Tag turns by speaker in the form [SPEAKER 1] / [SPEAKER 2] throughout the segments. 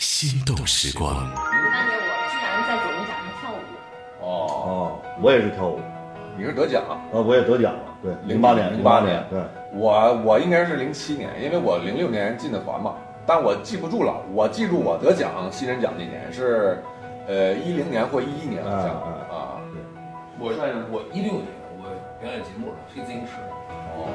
[SPEAKER 1] 心动时光。
[SPEAKER 2] 当年我居然在左龙奖上跳舞，
[SPEAKER 3] 哦，
[SPEAKER 4] 哦，我也是跳舞，
[SPEAKER 3] 你是得奖，
[SPEAKER 4] 啊，我也得奖了，对，零八年，
[SPEAKER 3] 08
[SPEAKER 4] 年
[SPEAKER 3] 年，
[SPEAKER 4] 对，
[SPEAKER 3] 我我应该是零七年，因为我零六年进的团嘛，但我记不住了，我记住我得奖新人奖那年是，呃一零年或一一年好像
[SPEAKER 4] 啊啊
[SPEAKER 3] 啊，
[SPEAKER 5] 我我一六年我表演节目推自行车，
[SPEAKER 3] 哦，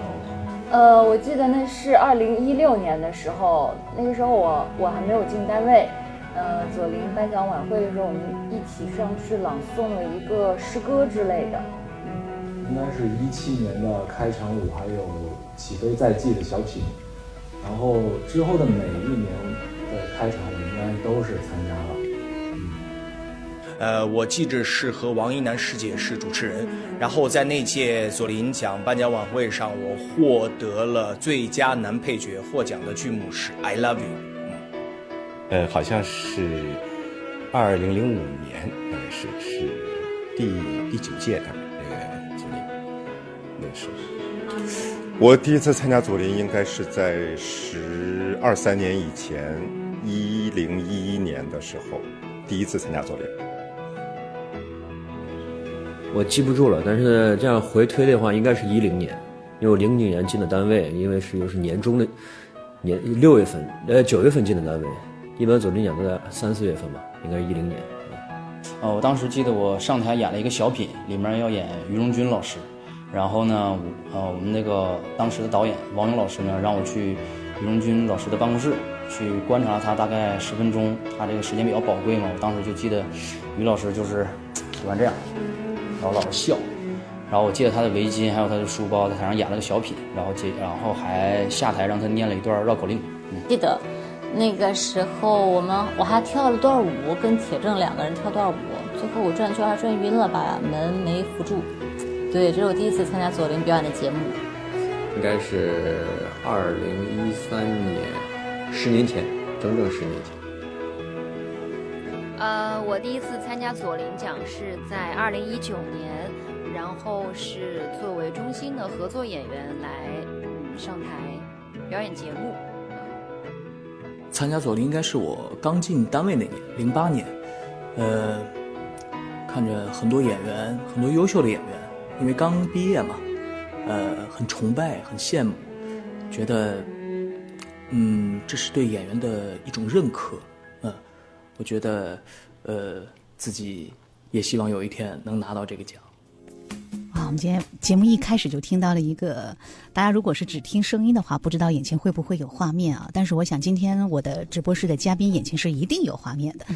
[SPEAKER 6] 呃，我记得那是二零一六年的时候，那个时候我我还没有进单位，呃，左琳颁奖晚会的时候，我们一起上去朗诵了一个诗歌之类的。
[SPEAKER 7] 应该是一七年的开场舞，还有起飞在即的小品，然后之后的每一年的开场舞应该都是参加了。
[SPEAKER 8] 呃，我记着是和王一楠师姐是主持人，然后在那届左琳奖颁奖晚会上，我获得了最佳男配角，获奖的剧目是《I Love You》。
[SPEAKER 9] 呃，好像是二零零五年，大概是是第第九届呃大概那个左琳，那是
[SPEAKER 10] 我第一次参加左林应该是在十二三年以前，一零一一年的时候，第一次参加左林。
[SPEAKER 11] 我记不住了，但是这样回推的话，应该是一零年，因为我零九年进的单位，因为是又是年终的年六月份，呃九月份进的单位，一般总领奖都在三四月份吧，应该是一零年。
[SPEAKER 12] 呃，我当时记得我上台演了一个小品，里面要演于荣军老师，然后呢，我呃我们那个当时的导演王勇老师呢，让我去于荣军老师的办公室去观察他大概十分钟，他这个时间比较宝贵嘛，我当时就记得于老师就是喜欢这样，然后老是笑，然后我借了他的围巾还有他的书包，在台上演了个小品，然后接然后还下台让他念了一段绕口令。
[SPEAKER 2] 记得那个时候我们我还跳了段舞，跟铁正两个人跳段舞，最后我转圈还转晕了，把门没扶住。对，这是我第一次参加左琳表演的节目。
[SPEAKER 13] 应该是二零一三年，十年前，整整十年前。
[SPEAKER 14] 呃，我第一次参加左琳奖是在二零一九年，然后是作为中心的合作演员来嗯上台表演节目。
[SPEAKER 15] 参加左琳应该是我刚进单位那年，零八年，呃，看着很多演员，很多优秀的演员，因为刚毕业嘛，呃，很崇拜，很羡慕，觉得，嗯，这是对演员的一种认可，嗯、我觉得，呃，自己也希望有一天能拿到这个奖。
[SPEAKER 16] 啊，我们今天节目一开始就听到了一个，大家如果是只听声音的话，不知道眼前会不会有画面啊？但是我想今天我的直播室的嘉宾眼前是一定有画面的。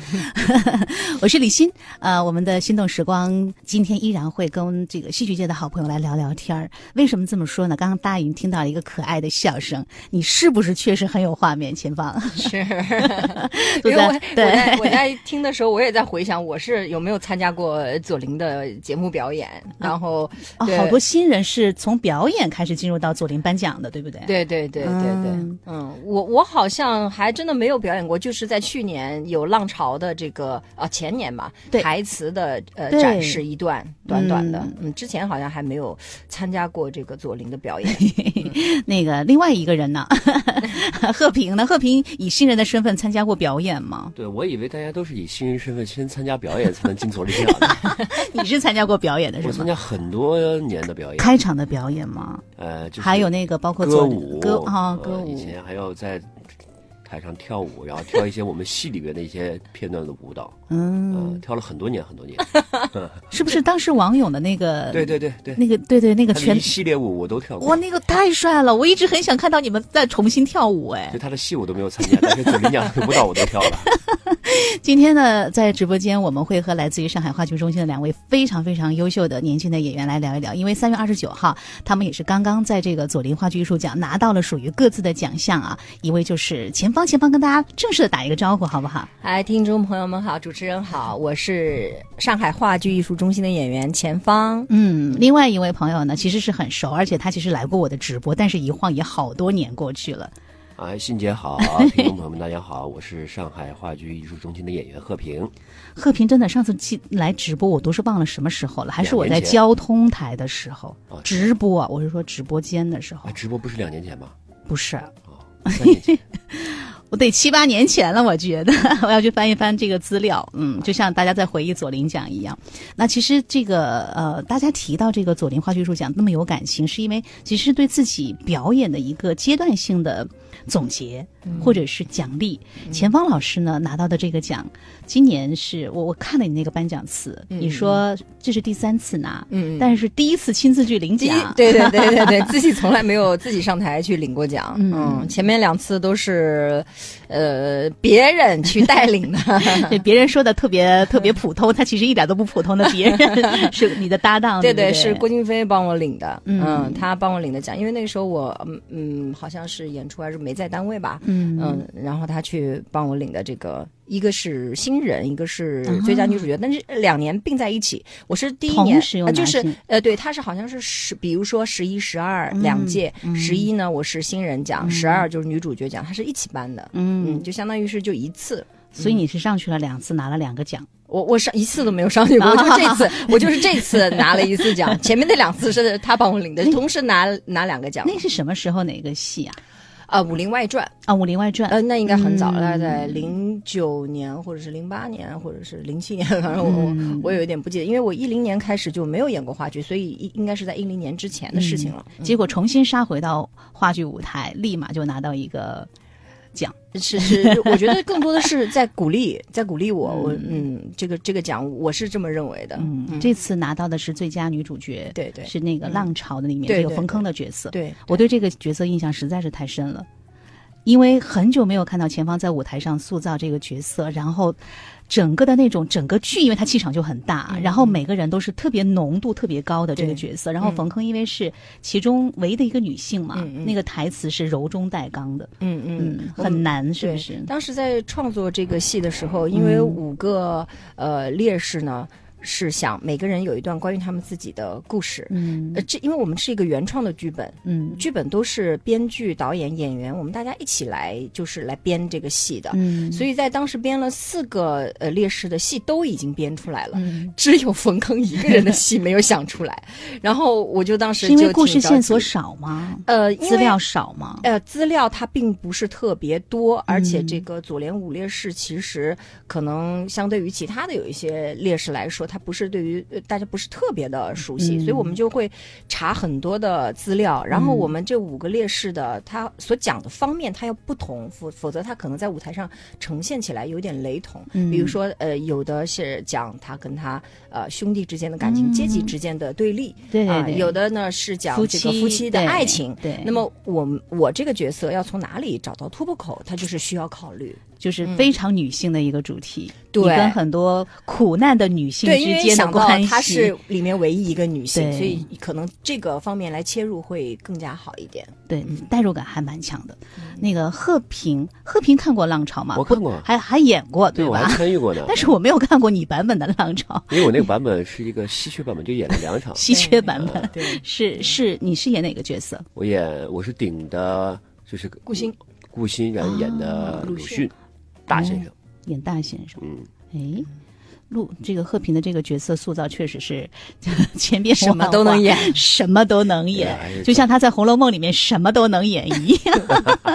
[SPEAKER 16] 我是李欣，呃，我们的心动时光今天依然会跟这个戏剧界的好朋友来聊聊天儿。为什么这么说呢？刚刚大家已经听到了一个可爱的笑声，你是不是确实很有画面？前方
[SPEAKER 17] 是，
[SPEAKER 16] 都
[SPEAKER 17] 因为我
[SPEAKER 16] 在
[SPEAKER 17] 我
[SPEAKER 16] 对
[SPEAKER 17] 在我在听的时候，我也在回想我是有没有参加过左琳的节目表演，然后
[SPEAKER 16] 啊，
[SPEAKER 17] 对
[SPEAKER 16] 好多新人是从表演开始进入到左琳颁奖的，对不对？
[SPEAKER 17] 对对对对对，
[SPEAKER 16] 嗯
[SPEAKER 17] 嗯，我我好像还真的没有表演过，就是在去年有浪潮的这个啊前年吧，
[SPEAKER 16] 对
[SPEAKER 17] 台词的呃
[SPEAKER 16] 对
[SPEAKER 17] 展示一段短短的
[SPEAKER 16] 嗯，
[SPEAKER 17] 嗯，之前好像还没有参加过这个左琳的表 演，嗯
[SPEAKER 16] 那个另外一个人呢， 贺平呢？贺平以新人的身份参加过表演吗？
[SPEAKER 13] 对，我以为大家都是以新人身份先参加表演，才能进左琳 奖的。
[SPEAKER 16] 你是参加过表演的
[SPEAKER 13] 我
[SPEAKER 16] 是吗？
[SPEAKER 13] 参加很多年的表演，
[SPEAKER 16] 开场的表演吗？
[SPEAKER 13] 呃，就是
[SPEAKER 16] 还有那个包括
[SPEAKER 13] 歌
[SPEAKER 16] 做
[SPEAKER 13] 舞
[SPEAKER 16] 歌啊
[SPEAKER 13] 呃
[SPEAKER 16] 歌舞
[SPEAKER 13] 以前还要在台上跳舞，然后跳一些我们戏里面的一些片段的舞蹈，
[SPEAKER 16] 嗯
[SPEAKER 13] 呃，跳了很多年很多年。
[SPEAKER 16] 是不是当时王勇的那个？
[SPEAKER 13] 对对对对，
[SPEAKER 16] 那个对对那个
[SPEAKER 13] 他的
[SPEAKER 16] 全
[SPEAKER 13] 一系列舞我都跳过
[SPEAKER 16] 哇，，那个太帅了！我一直很想看到你们再重新跳舞哎
[SPEAKER 13] 就。他的戏我都没有参加，但是左琳奖的舞蹈我都跳了。
[SPEAKER 16] 今天呢，在直播间我们会和来自于上海话剧中心的两位非常非常优秀的年轻的演员来聊一聊，因为三月二十九号，他们也是刚刚在这个左琳话剧艺术奖拿到了属于各自的奖项啊。一位就是前方，前方跟大家正式的打一个招呼好不好？
[SPEAKER 17] 哎，听众朋友们好，主持人好，我是上海话剧艺术中心的演员钱芳。
[SPEAKER 16] 嗯，另外一位朋友呢，其实是很熟，而且他其实来过我的直播，但是一晃也好多年过去了。
[SPEAKER 13] 啊，欣姐好，听众朋友们大家好，我是上海话剧艺术中心的演员贺平。
[SPEAKER 16] 贺平真的上次进来直播，我都是忘了什么时候了，还是我在
[SPEAKER 13] 两年前
[SPEAKER 16] 交通台的时候
[SPEAKER 13] 哦
[SPEAKER 16] 直播，啊
[SPEAKER 12] 哦
[SPEAKER 16] 我是说直播间的时候
[SPEAKER 13] 啊，，直播不是两年前吗？
[SPEAKER 16] 不是。
[SPEAKER 13] 三年前
[SPEAKER 12] 我得七八年前了，我觉得 我要去翻一翻这个资料，嗯，就像大家在回忆左麟奖一样。那其实这个呃，大家提到这个左麟话剧艺术奖那么有感情，是因为其实对自己表演的一个阶段性的总结
[SPEAKER 16] 嗯
[SPEAKER 12] 或者是奖励。钱芳老师呢拿到的这个奖，今年是我我看了你那个颁奖词，
[SPEAKER 16] 嗯
[SPEAKER 12] 你说这是第三次拿，
[SPEAKER 16] 嗯嗯
[SPEAKER 12] 但是第一次亲自去领
[SPEAKER 16] 第一
[SPEAKER 12] 奖，，
[SPEAKER 16] 对对对对 对，自己从来没有自己上台去领过奖。嗯，前面两次都是，呃，别人去带领的。
[SPEAKER 12] 对别人说的特别特别普通，他其实一点都不普通的，别人是你的搭档，
[SPEAKER 16] 对
[SPEAKER 12] 对不
[SPEAKER 16] 是郭京飞帮我领的，
[SPEAKER 12] 嗯
[SPEAKER 16] 嗯，他帮我领的奖，因为那个时候我，嗯嗯，好像是演出还是没在单位吧，
[SPEAKER 12] 嗯
[SPEAKER 16] 然后他去帮我领的这个，一个是新人，一个是最佳女主角，但是两年并在一起，我是第一年
[SPEAKER 12] 同时，有
[SPEAKER 16] 呃
[SPEAKER 12] 拿
[SPEAKER 16] 就是
[SPEAKER 12] 进
[SPEAKER 16] 呃，对，他是好像是十，比如说十一、十二
[SPEAKER 12] 嗯
[SPEAKER 16] 两届
[SPEAKER 12] 嗯，
[SPEAKER 16] 十一呢我是新人奖，
[SPEAKER 12] 嗯
[SPEAKER 16] 十二就是女主角奖，他是一起颁的，
[SPEAKER 12] 嗯
[SPEAKER 16] 就相当于是就一次，嗯
[SPEAKER 12] 所以你是上去了两次，拿了两个奖。，
[SPEAKER 16] 我我上一次都没有上去过，我就是这次 我就是这次拿了一次奖，前面那两次是他帮我领的，同时拿拿两个奖。
[SPEAKER 12] 哎那是什么时候哪个戏啊？
[SPEAKER 16] 啊，《武林外传》
[SPEAKER 12] 啊，《武林外传》
[SPEAKER 16] 呃，那应该很早了，
[SPEAKER 12] 嗯
[SPEAKER 16] 大概在零九年或者是零八年或者是零七年，反正我我
[SPEAKER 12] 嗯
[SPEAKER 16] 我有一点不记得，因为我一零年开始就没有演过话剧，所以应应该是在一零年之前的事情了。
[SPEAKER 12] 嗯结果重新杀回到话剧舞台，立马就拿到一个奖。
[SPEAKER 16] 是 是，我觉得更多的是在鼓励，在鼓励我，我嗯，这个这个奖我是这么认为的。
[SPEAKER 12] 嗯，这次拿到的是最佳女主角，对对，是那个《浪潮》的里
[SPEAKER 16] 嗯
[SPEAKER 12] 面
[SPEAKER 16] 对
[SPEAKER 12] 这个
[SPEAKER 16] 对
[SPEAKER 12] 冯坑的角色。
[SPEAKER 16] 对对
[SPEAKER 12] 我对这个角色印象实在是太深了，因为很久没有看到前方在舞台上塑造这个角色，然后整个的那种整个剧，因为他气场就很大，
[SPEAKER 16] 嗯
[SPEAKER 12] 然后每个人都是特别浓度特别高的这个角色，
[SPEAKER 16] 嗯
[SPEAKER 12] 然后冯坑因为是其中唯一的一个女性嘛，那个台词是柔中带刚的，
[SPEAKER 16] 嗯嗯我
[SPEAKER 12] 很
[SPEAKER 16] 们
[SPEAKER 12] 难，是不是？嗯
[SPEAKER 16] 当时在创作这个戏的时候，因为五个、呃烈士呢。是想每个人有一段关于他们自己的故事，
[SPEAKER 12] 嗯
[SPEAKER 16] 呃，这因为我们是一个原创的剧本，
[SPEAKER 12] 嗯
[SPEAKER 16] 剧本都是编剧、导演、演员，我们大家一起来就是来编这个戏的，
[SPEAKER 12] 嗯
[SPEAKER 16] 所以在当时编了四个呃烈士的戏都已经编出来了，
[SPEAKER 12] 嗯
[SPEAKER 16] 只有冯坑一个人的戏没有想出来，然后我就当时
[SPEAKER 12] 是因为
[SPEAKER 16] 就
[SPEAKER 12] 故
[SPEAKER 16] 挺
[SPEAKER 12] 事
[SPEAKER 16] 着
[SPEAKER 12] 线
[SPEAKER 16] 急
[SPEAKER 12] 索少吗？
[SPEAKER 16] 呃，因
[SPEAKER 12] 资料
[SPEAKER 16] 为
[SPEAKER 12] 少吗？嗯
[SPEAKER 16] 呃，资料它并不是特别多，而且这个左联五烈士其实可能相对于其他的有一些烈士来说，它不是对于呃大家不是特别的熟悉，所以我们就会查很多的资料，然后
[SPEAKER 12] 嗯
[SPEAKER 16] 我们这五个烈士的他所讲的方面它要不同，否否则他可能在舞台上呈现起来有点雷同，比
[SPEAKER 12] 嗯
[SPEAKER 16] 如说呃有的是讲他跟他呃兄弟之间的感情、阶级之间的对立，
[SPEAKER 12] 嗯对对
[SPEAKER 16] 啊
[SPEAKER 12] 对
[SPEAKER 16] 有的呢是讲
[SPEAKER 12] 夫
[SPEAKER 16] 这个
[SPEAKER 12] 妻
[SPEAKER 16] 夫妻的
[SPEAKER 12] 对
[SPEAKER 16] 爱情，
[SPEAKER 12] 对
[SPEAKER 16] 那么我们我这个角色要从哪里找到突破口，它就是需要考虑。
[SPEAKER 12] 就是
[SPEAKER 16] 嗯
[SPEAKER 12] 非常女性的一个主题，
[SPEAKER 16] 对
[SPEAKER 12] 你跟很多苦难的女性
[SPEAKER 16] 对，因
[SPEAKER 12] 之
[SPEAKER 16] 为
[SPEAKER 12] 间的
[SPEAKER 16] 想到
[SPEAKER 12] 关系，
[SPEAKER 16] 她是里面唯一一个女性，
[SPEAKER 12] 对
[SPEAKER 16] 所以可能这个方面来切入会更加好一点。嗯
[SPEAKER 12] 对代入感还蛮强的。那个贺平，贺平看过《浪潮》吗？
[SPEAKER 13] 我看过
[SPEAKER 12] 不还还演过，
[SPEAKER 13] 对我
[SPEAKER 12] 吧？
[SPEAKER 13] 还参与过呢
[SPEAKER 12] 但是我没有看过你版本的《浪潮》，
[SPEAKER 16] 哦
[SPEAKER 13] 因为我那个版本是一个稀缺版本，就演了两场。
[SPEAKER 12] 稀缺版本。
[SPEAKER 16] 嗯
[SPEAKER 12] 是是，你是演哪个角色？
[SPEAKER 13] 我演我是顶的，就是
[SPEAKER 16] 顾欣，
[SPEAKER 13] 顾欣然演的鲁迅，大先
[SPEAKER 12] 哦
[SPEAKER 13] 生。
[SPEAKER 12] 演大先生。
[SPEAKER 13] 嗯，
[SPEAKER 12] 哎。陆这个贺平的这个角色塑造确实是 千变
[SPEAKER 16] 什么
[SPEAKER 12] 万化
[SPEAKER 16] 都能 演
[SPEAKER 12] 什么都能演，就像他在《红楼梦》里面什么都能演一样。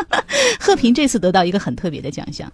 [SPEAKER 12] 贺平这次得到一个很特别的奖项，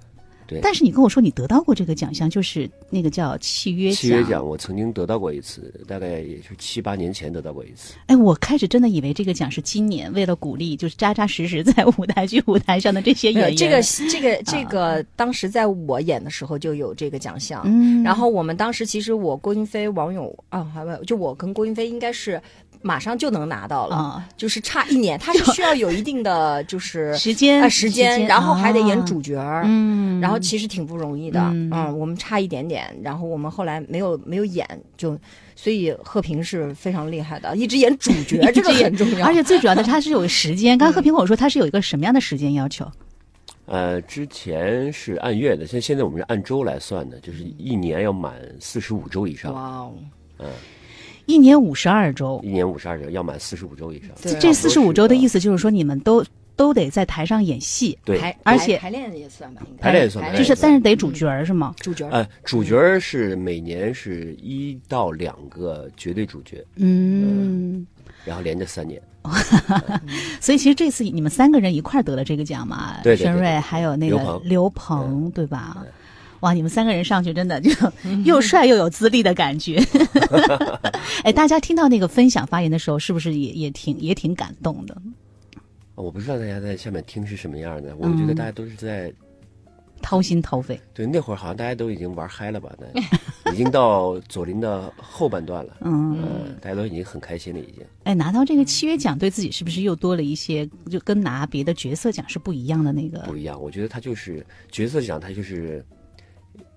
[SPEAKER 13] 对，
[SPEAKER 12] 但是你跟我说你得到过这个奖项，就是那个叫契约
[SPEAKER 13] 契约奖我曾经得到过一次，大概也就七八年前得到过一次。
[SPEAKER 12] 哎，我开始真的以为这个奖是今年为了鼓励，就是扎扎实实在舞台剧舞台上的这些啊演
[SPEAKER 16] 没有
[SPEAKER 12] 员。
[SPEAKER 16] 这个这个这个，当时在我演的时候就有这个奖项。
[SPEAKER 12] 嗯
[SPEAKER 16] 然后我们当时其实我郭云飞、王勇啊，还有就我跟郭云飞应该是。马上就能拿到了，
[SPEAKER 12] 啊
[SPEAKER 16] 就是差一年，他是需要有一定的就是
[SPEAKER 12] 时间
[SPEAKER 16] 啊、时
[SPEAKER 12] 时
[SPEAKER 16] 间，
[SPEAKER 12] 间
[SPEAKER 16] 然后还得
[SPEAKER 12] 啊
[SPEAKER 16] 演主角儿，
[SPEAKER 12] 嗯
[SPEAKER 16] 然后其实挺不容易的，啊
[SPEAKER 12] 嗯
[SPEAKER 16] 我们差一点点，然后我们后来没有没有演，就所以贺平是非常厉害的，一直演主 角，这个很重要，
[SPEAKER 12] 而且最主要的是它是有时
[SPEAKER 16] 嗯
[SPEAKER 12] 间。刚刚贺平跟我说它是有一个什么样的时间要求？
[SPEAKER 13] 呃，之前是按月的，现现在我们是按周来算的，就是一年要满四十五周以上。
[SPEAKER 16] 哇哦！
[SPEAKER 13] 嗯，
[SPEAKER 12] 一年五十二周，
[SPEAKER 13] 一年五十二周，要满四十五周以上。
[SPEAKER 16] 啊
[SPEAKER 12] 这这四十五周的意思就是说你们都都得在台上演戏，
[SPEAKER 13] 对排
[SPEAKER 12] 而且
[SPEAKER 16] 排练也算吧，应
[SPEAKER 13] 排练也算排练呃
[SPEAKER 12] 就是
[SPEAKER 13] 也算
[SPEAKER 12] 但是得
[SPEAKER 16] 嗯
[SPEAKER 12] 主角儿是吗？
[SPEAKER 16] 主角
[SPEAKER 13] 呃，主角儿是每年是一到两个绝对主角，呃
[SPEAKER 12] 嗯，
[SPEAKER 13] 然后连着三年。
[SPEAKER 8] 所以其实这次你们三个人一块儿得了这个奖嘛，
[SPEAKER 18] 对对对
[SPEAKER 8] 申瑞还有那个
[SPEAKER 18] 刘鹏
[SPEAKER 8] 刘鹏，对吧？哇，你们三个人上去真的就 又帅又有资历的感觉。 哎，大家听到那个分享发言的时候，是不是也也挺也挺感动的？
[SPEAKER 13] 哦我不知道大家在下面听是什么样的，我觉得
[SPEAKER 8] 嗯
[SPEAKER 13] 大家都是在
[SPEAKER 8] 掏心掏肺，
[SPEAKER 13] 对那会儿好像大家都已经玩嗨了吧？那已经到左邻的后半段了，
[SPEAKER 8] 嗯
[SPEAKER 13] 呃大家都已经很开心了，已经。
[SPEAKER 8] 哎，拿到这个契约奖，对自己是不是又多了一些，就跟拿别的角色奖是不一样的那个？
[SPEAKER 13] 不一样，我觉得他就是角色奖，他就是，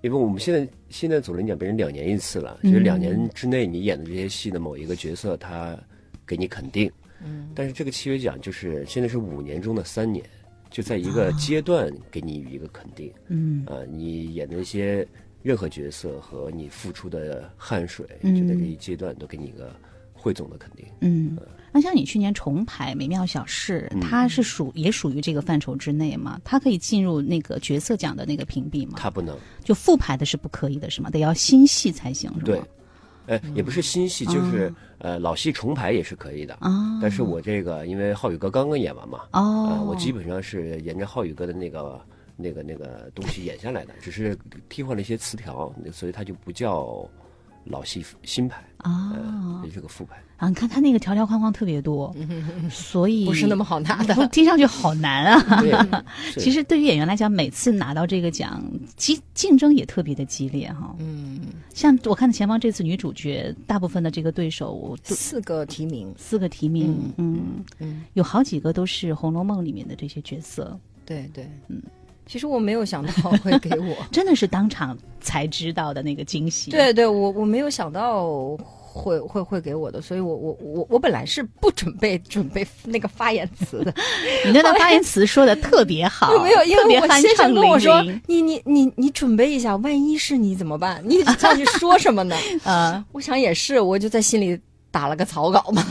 [SPEAKER 13] 因为我们现在现在左轮奖别人两年一次了，
[SPEAKER 8] 嗯
[SPEAKER 13] 就是两年之内你演的这些戏的某一个角色，他给你肯定。
[SPEAKER 12] 嗯
[SPEAKER 13] 但是这个契约奖就是现在是五年中的三年，就在一个阶段给你予一个肯定。
[SPEAKER 8] 啊嗯
[SPEAKER 13] 啊、你演的一些任何角色和你付出的汗水，
[SPEAKER 8] 嗯
[SPEAKER 13] 就在这一阶段都给你一个汇总的肯定。
[SPEAKER 8] 嗯，那像你去年重排《美妙小事》，
[SPEAKER 13] 嗯
[SPEAKER 8] 它是属也属于这个范畴之内吗？它可以进入那个角色奖的那个评比吗？
[SPEAKER 13] 他不能。
[SPEAKER 8] 就复排的是不可以的，是吗？得要新戏才行，是吗？哦
[SPEAKER 13] 对，呃，也不是新戏，就是、呃老戏重排也是可以的。
[SPEAKER 8] 啊
[SPEAKER 13] 但是我这个因为浩宇哥刚刚演完嘛，
[SPEAKER 8] 哦
[SPEAKER 13] 呃我基本上是沿着浩宇哥的那个那个那个东西演下来的，只是替换了一些词条，所以它就不叫老戏新排，呃
[SPEAKER 8] 啊
[SPEAKER 13] 也是个复排。
[SPEAKER 8] 啊！你看他那个条条框框特别多，所以
[SPEAKER 12] 不是那么好拿的
[SPEAKER 8] 不听上去好难啊。
[SPEAKER 12] 是
[SPEAKER 8] 其实对于演员来讲，每次拿到这个奖，激竞争也特别的激烈哈。
[SPEAKER 12] 嗯，
[SPEAKER 8] 像我看前方这次女主角，大部分的这个对手我 都
[SPEAKER 12] 四个提名，
[SPEAKER 8] 四个提名，嗯
[SPEAKER 12] 嗯
[SPEAKER 8] 有好几个都是《红楼梦》里面的这些角色，
[SPEAKER 12] 对对，
[SPEAKER 8] 嗯，
[SPEAKER 12] 其实我没有想到会给 我，
[SPEAKER 8] 真的是当场才知道的那个惊喜。
[SPEAKER 12] 对对，我我没有想到会会会给我的，所以我我我我本来是不准备准备那个发言词的，
[SPEAKER 8] 你那段发言词说的特别好
[SPEAKER 12] ，没有，因
[SPEAKER 8] 特
[SPEAKER 12] 为
[SPEAKER 8] 别
[SPEAKER 12] 我
[SPEAKER 8] 酣
[SPEAKER 12] 先
[SPEAKER 8] 畅
[SPEAKER 12] 生跟
[SPEAKER 8] 淋
[SPEAKER 12] 我说
[SPEAKER 8] 漓，
[SPEAKER 12] 你你你你准备一下，万一是你怎么办？你上去说什么 呢？
[SPEAKER 8] 啊，
[SPEAKER 12] 我想也是，我就在心里打了个草稿嘛，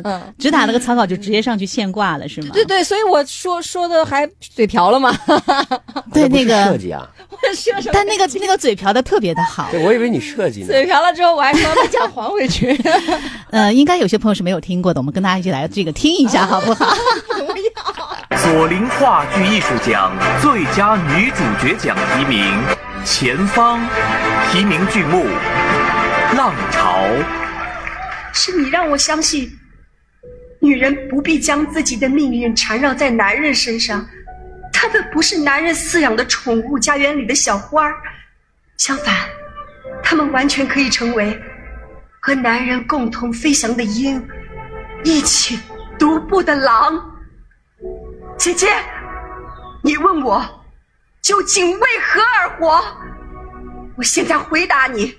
[SPEAKER 12] 嗯
[SPEAKER 8] 啊，只打了个草稿就直接上去现挂了是吗？
[SPEAKER 12] 对对，所以我说说的还嘴瓢了嘛，
[SPEAKER 8] 对那个
[SPEAKER 13] 设，计啊，
[SPEAKER 12] 我说什么？
[SPEAKER 8] 但那个那个嘴瓢的特别的好。
[SPEAKER 13] 对我以为你设计呢。
[SPEAKER 12] 嘴瓢了之后，我还说把奖还回去。
[SPEAKER 8] 呃，应该有些朋友是没有听过的，我们跟大家一起来这个听一
[SPEAKER 12] 啊
[SPEAKER 8] 下好不好？
[SPEAKER 19] 左琳话剧艺术奖最佳女主角奖提名，《前方》，提名剧目《浪潮》。
[SPEAKER 20] 是你让我相信，女人不必将自己的命运缠绕在男人身上，他们不是男人饲养的宠物，家园里的小花儿。相反，他们完全可以成为和男人共同飞翔的鹰，一起独步的狼。姐姐，你问我究竟为何而活？我现在回答你，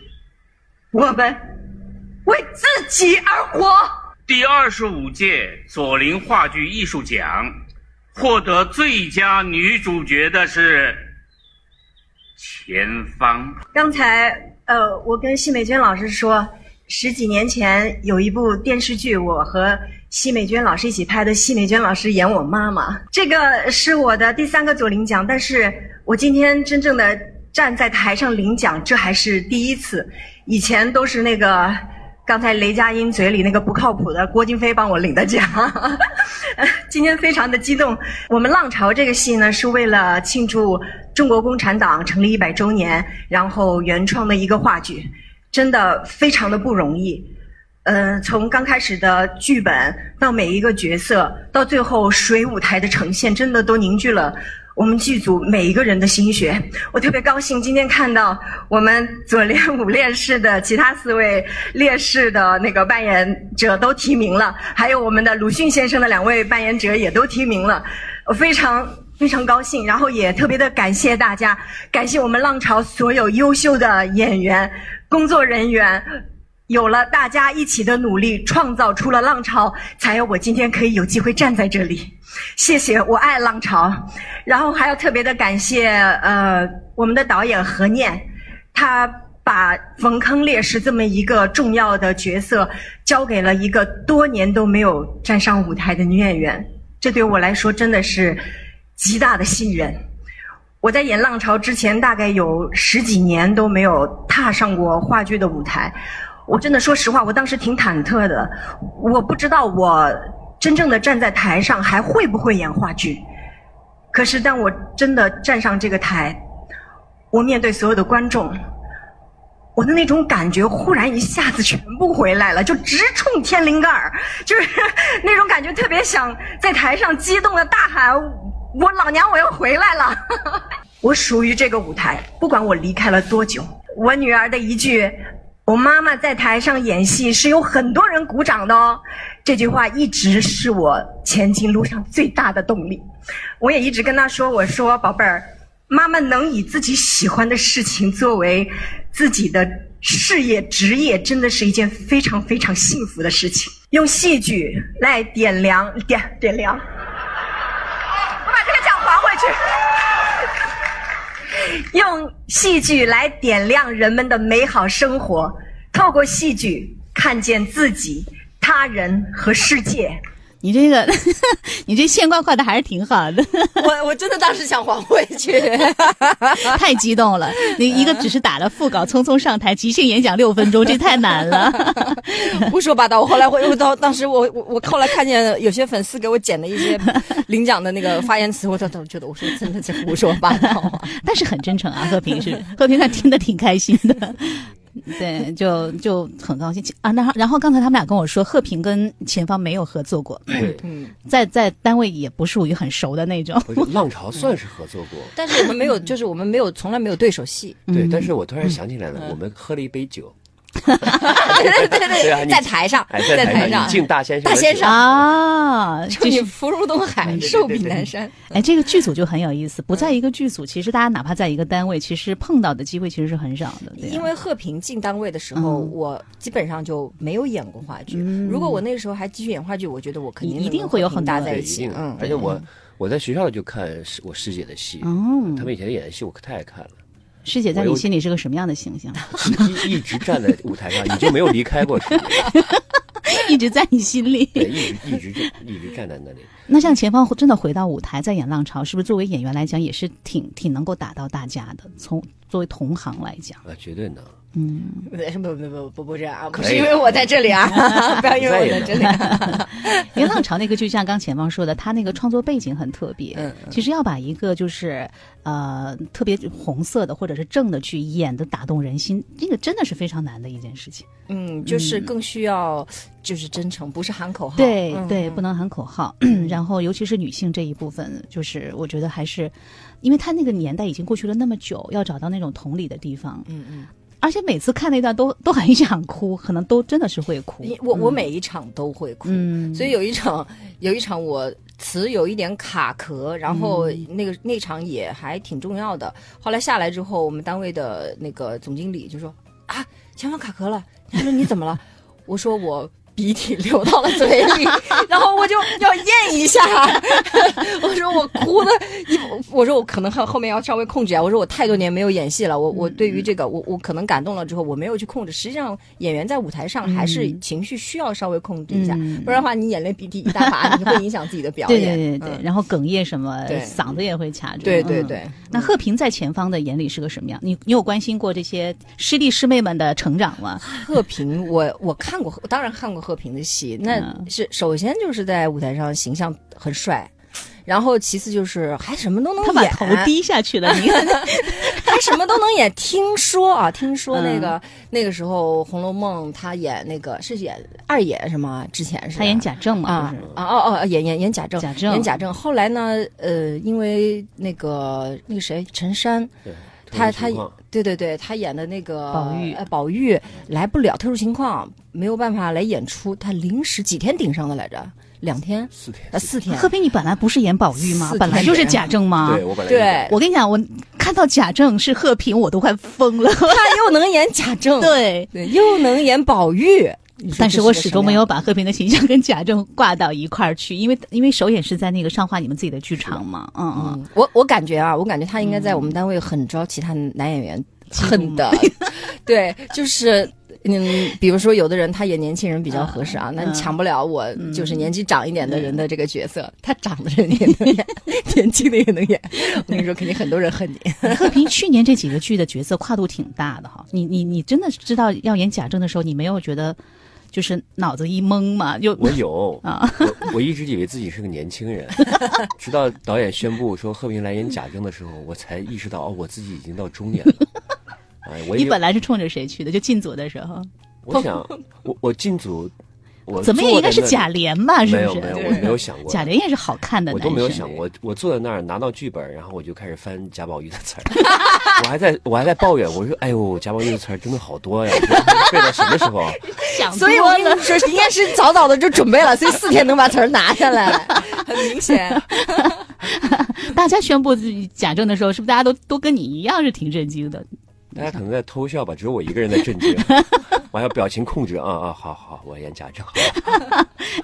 [SPEAKER 20] 我们为自己而活。
[SPEAKER 21] 第二十五届左琳话剧艺术奖获得最佳女主角的是前方。
[SPEAKER 16] 刚才呃，我跟奚美娟老师说，十几年前有一部电视剧，我和奚美娟老师一起拍的，奚美娟老师演我妈妈。这个是我的第三个左领奖，但是我今天真正的站在台上领奖，这还是第一次。以前都是那个刚才雷佳音嘴里那个不靠谱的郭京飞帮我领的奖。 今天非常的激动。我们《浪潮》这个戏呢，是为了庆祝中国共产党成立一百周年，然后原创的一个话剧，真的非常的不容易。呃，从刚开始的剧本到每一个角色，到最后水舞台的呈现，真的都凝聚了我们剧组每一个人的心血。我特别高兴今天看到我们左练武烈士的其他四位烈士的那个扮演者都提名了，还有我们的鲁迅先生的两位扮演者也都提名了，我非常。非常高兴，然后也特别的感谢大家，感谢我们浪潮所有优秀的演员、工作人员，有了大家一起的努力，创造出了浪潮，才有我今天可以有机会站在这里。谢谢，我爱浪潮。然后还要特别的感谢呃我们的导演何念，他把冯坑烈士这么一个重要的角色交给了一个多年都没有站上舞台的女演员，这对我来说真的是极大的信任。我在演《浪潮》之前，大概有十几年都没有踏上过话剧的舞台。我真的说实话，我当时挺忐忑的，我不知道我
[SPEAKER 22] 真正的站在台上还会不会演话剧？可是当我真的站上这个台，我面对所有的观众，我的那种感觉忽然一下子全部回来了，就直冲天灵盖儿，就是 那种感觉，特别想在台上激动的大喊：“我老娘我要回来了！”我属于这个舞台，不管我离开了多久。我女儿的一句“我妈妈在台上演戏是有很多人鼓掌的哦”，这句话一直是我前进路上最大的动力。我也一直跟她说：“我说宝贝儿，妈妈能以自己喜欢的事情作为自己的事业职业，真的是一件非常非常幸福的事情。用戏剧来点亮点点亮，哦我把这个奖还回去。”用戏剧来点亮人们的美好生活，透过戏剧看见自己、他人和世界。
[SPEAKER 8] 你这个， 你这线挂挂的还是挺好的，
[SPEAKER 16] 我我真的当时想还回去，
[SPEAKER 8] 太激动 了。你一个只是打了副稿，匆匆上台，即兴演讲六分钟，这太 难了。
[SPEAKER 16] 胡说八道。我后来我我到当时我我我后来看见有些粉丝给我剪的一些领奖的那个发言词，我当时觉得我说真的这胡说八道啊。
[SPEAKER 8] 但是很真诚啊，贺平是贺平，他听得挺 开心的。对，就就很高兴啊。然后，然后刚才他们俩跟我说，贺平跟前方没有合作过，
[SPEAKER 13] 嗯，
[SPEAKER 8] 在在单位也不属于很熟的那种。
[SPEAKER 13] 浪潮算是合作过，
[SPEAKER 16] 但是我们没有，就是我们没有从来没有对手戏。
[SPEAKER 8] 嗯
[SPEAKER 13] 对，但是我突然想起来
[SPEAKER 16] 嗯
[SPEAKER 13] 了，我们喝了一杯酒，
[SPEAKER 16] 对对
[SPEAKER 13] 对啊
[SPEAKER 16] 对，
[SPEAKER 13] 你
[SPEAKER 16] 在台上，
[SPEAKER 13] 哎在台
[SPEAKER 16] 台
[SPEAKER 13] 上你敬大先生
[SPEAKER 16] 大
[SPEAKER 13] 的
[SPEAKER 16] 先
[SPEAKER 13] 酒
[SPEAKER 16] 生
[SPEAKER 8] 啊，
[SPEAKER 16] 祝你福如东
[SPEAKER 8] 嗯
[SPEAKER 16] 海，寿比南山。
[SPEAKER 8] 哎，这个剧组就很有意思，不在一个剧组，其实大家哪怕在一个单位，其实碰到的机会其实是很少的。对
[SPEAKER 16] 因为贺平进单位的时候，
[SPEAKER 8] 啊嗯
[SPEAKER 16] 我基本上就没有演过话剧。
[SPEAKER 8] 嗯
[SPEAKER 16] 如果我那个时候还继续演话剧，我觉得我肯定
[SPEAKER 8] 一定
[SPEAKER 16] 能
[SPEAKER 8] 会有
[SPEAKER 16] 和
[SPEAKER 8] 很
[SPEAKER 16] 平搭
[SPEAKER 8] 多
[SPEAKER 16] 在
[SPEAKER 13] 对
[SPEAKER 16] 一
[SPEAKER 13] 一
[SPEAKER 16] 起
[SPEAKER 13] 定。
[SPEAKER 16] 嗯
[SPEAKER 13] 的，，而且我我在学校就看师我师姐的戏，
[SPEAKER 8] 哦
[SPEAKER 13] 他们以前演的戏我可太爱看了。
[SPEAKER 8] 师姐在
[SPEAKER 13] 我
[SPEAKER 8] 你
[SPEAKER 13] 有
[SPEAKER 8] 心里是个什么样的形象？
[SPEAKER 13] 一一直站在舞台上，你就没有离开过师姐，
[SPEAKER 8] 一直在你心里。
[SPEAKER 13] 对，一直一直就一直站在那里。
[SPEAKER 8] 那像前方真的回到舞台再演《浪潮》，是不是作为演员来讲也是挺挺能够打到大家的？从作为同行来讲，
[SPEAKER 13] 啊，绝对能。
[SPEAKER 8] 嗯，
[SPEAKER 16] 不 不不不不不这样啊，不
[SPEAKER 8] 可
[SPEAKER 16] 是
[SPEAKER 8] 以
[SPEAKER 16] 因为我在这里 啊，不要因为我在这里啊。
[SPEAKER 8] 因为浪潮那个剧，像刚前方说的，他那个创作背景很特别。其实要把一个就是呃特别红色的或者是正的去演的打动人心，这个真的是非常难的一件事情。
[SPEAKER 16] 嗯，就是
[SPEAKER 8] 嗯
[SPEAKER 16] 更需要就是真诚，不是喊口号。
[SPEAKER 8] 对
[SPEAKER 16] 嗯
[SPEAKER 8] 对，不能喊口号。然后，尤其是女性这一部分，就是我觉得还是，因为她那个年代已经过去了那么久，要找到那种同理的地方。
[SPEAKER 16] 嗯嗯。
[SPEAKER 8] 而且每次看那段都都很想哭，可能都真的是会哭
[SPEAKER 16] 你。我我
[SPEAKER 8] 嗯
[SPEAKER 16] 每一场都会哭，
[SPEAKER 8] 嗯
[SPEAKER 16] 所以有一场有一场我词有一点卡壳，然后
[SPEAKER 8] 嗯
[SPEAKER 16] 那个、那场也还挺重要的。后来下来之后，我们单位的那个总经理就说：“啊，前方卡壳了。”他说：“你怎么了？”我说：“我。”鼻涕流到了嘴里， 然后我就要咽一下。 我说我哭的，一我说我可能后后面要稍微控制一下。我说我太多年没有演戏了，我我对于这个我我可能感动了之后，我没有去控制。实际上演员在舞台上还是
[SPEAKER 8] 嗯
[SPEAKER 16] 情绪需要稍微控制一下，
[SPEAKER 8] 嗯
[SPEAKER 16] 不然的话你眼泪鼻涕一大把，你会影响自己的表
[SPEAKER 8] 对
[SPEAKER 16] 演。
[SPEAKER 8] 对对对，
[SPEAKER 16] 嗯
[SPEAKER 8] 然后哽咽什么
[SPEAKER 16] 对，
[SPEAKER 8] 嗓子也会卡住。
[SPEAKER 16] 对对
[SPEAKER 8] 嗯
[SPEAKER 16] 对。
[SPEAKER 8] 那贺平在前方的眼里是个什么样？你你有关心过这些师弟师妹们的成长吗？
[SPEAKER 16] 贺平，我我看过，我当然看过贺平的戏，那
[SPEAKER 8] 嗯
[SPEAKER 16] 是首先就是在舞台上形象很帅。然后，其次就是还什么都能
[SPEAKER 8] 他
[SPEAKER 16] 演，
[SPEAKER 8] 把头低下去了，你 看
[SPEAKER 16] 他什么都能演。听说啊，听说那
[SPEAKER 8] 嗯
[SPEAKER 16] 个、那个时候《红楼梦》，他演那个是演二爷是吗？之前是吧
[SPEAKER 8] 他演贾政嘛，
[SPEAKER 16] 啊
[SPEAKER 8] 不是
[SPEAKER 16] 啊哦哦，演演演贾政，
[SPEAKER 8] 贾政
[SPEAKER 16] 演贾政。后来呢，呃，因为那个那个谁陈珊，
[SPEAKER 13] 对，
[SPEAKER 16] 他他
[SPEAKER 13] 特殊情况
[SPEAKER 16] 对对对，他演的那个
[SPEAKER 13] 宝玉
[SPEAKER 16] 呃，宝玉来不了，特殊情况没有办法来演出，他临时几天顶上的来着，两天
[SPEAKER 13] 四天
[SPEAKER 16] 呃四天，
[SPEAKER 8] 贺平，你本来不是演宝玉吗
[SPEAKER 16] 四？
[SPEAKER 8] 本来
[SPEAKER 16] 天
[SPEAKER 8] 就是
[SPEAKER 16] 演
[SPEAKER 8] 贾政吗？
[SPEAKER 13] 对我本来
[SPEAKER 16] 就是对
[SPEAKER 8] 我跟你讲，我看到贾政是贺平，我都快疯 了。
[SPEAKER 16] 他又能演贾政，
[SPEAKER 8] 对
[SPEAKER 16] 对，又能演宝玉，
[SPEAKER 8] 但是
[SPEAKER 16] 是
[SPEAKER 8] 我始终没有把贺平的形象跟贾政挂到一块儿去，因为因为首演是在那个上画你们自己的剧场嘛，嗯嗯，
[SPEAKER 16] 我我感觉啊，我感觉他应该在我们单位很招其他男演员恨的， 对，就是。嗯，比如说有的人他演年轻人比较合适啊，那你抢不了我就是年纪长一点的人的这个角色，他长的人也能演， 年轻的也能演。我跟你说，肯定很多人恨你。
[SPEAKER 8] 贺平去年这几个剧的角色跨度挺大的哈，你你你真的知道要演贾政的时候，你没有觉得就是脑子一懵嘛，就
[SPEAKER 13] 我有
[SPEAKER 8] 啊，
[SPEAKER 13] 我我一直以为自己是个年轻人，直到导演宣布说贺平来演贾政的时候，我才意识到哦，我自己已经到中年了。哎，我
[SPEAKER 8] 你
[SPEAKER 13] 以为
[SPEAKER 8] 本来是冲着谁去的？就进组的时候，
[SPEAKER 13] 我想，我我进组，我
[SPEAKER 8] 怎么也
[SPEAKER 13] 坐
[SPEAKER 8] 应该
[SPEAKER 13] 在
[SPEAKER 8] 是
[SPEAKER 13] 那里
[SPEAKER 8] 贾琏吧？是不是？
[SPEAKER 13] 没有没有，我没有想过
[SPEAKER 8] 贾琏也是好看的
[SPEAKER 13] 我
[SPEAKER 8] 男
[SPEAKER 13] 都
[SPEAKER 8] 生，
[SPEAKER 13] 没有想过，我坐在那儿拿到剧本，然后我就开始翻贾宝玉的词儿， 我还在我还在抱怨，我说：“哎呦，贾宝玉的词儿真的好多呀，背到什么时候？”
[SPEAKER 16] 所以我跟你说，应该是早早的就准备了，所以四天能把词儿拿下来， 很明显。
[SPEAKER 8] 大家宣布贾政的时候，是不是大家都都跟你一样是挺震惊的？
[SPEAKER 13] 大家可能在偷笑吧，只有我一个人在震惊， 我还要表情控制啊啊！好好，我演贾政。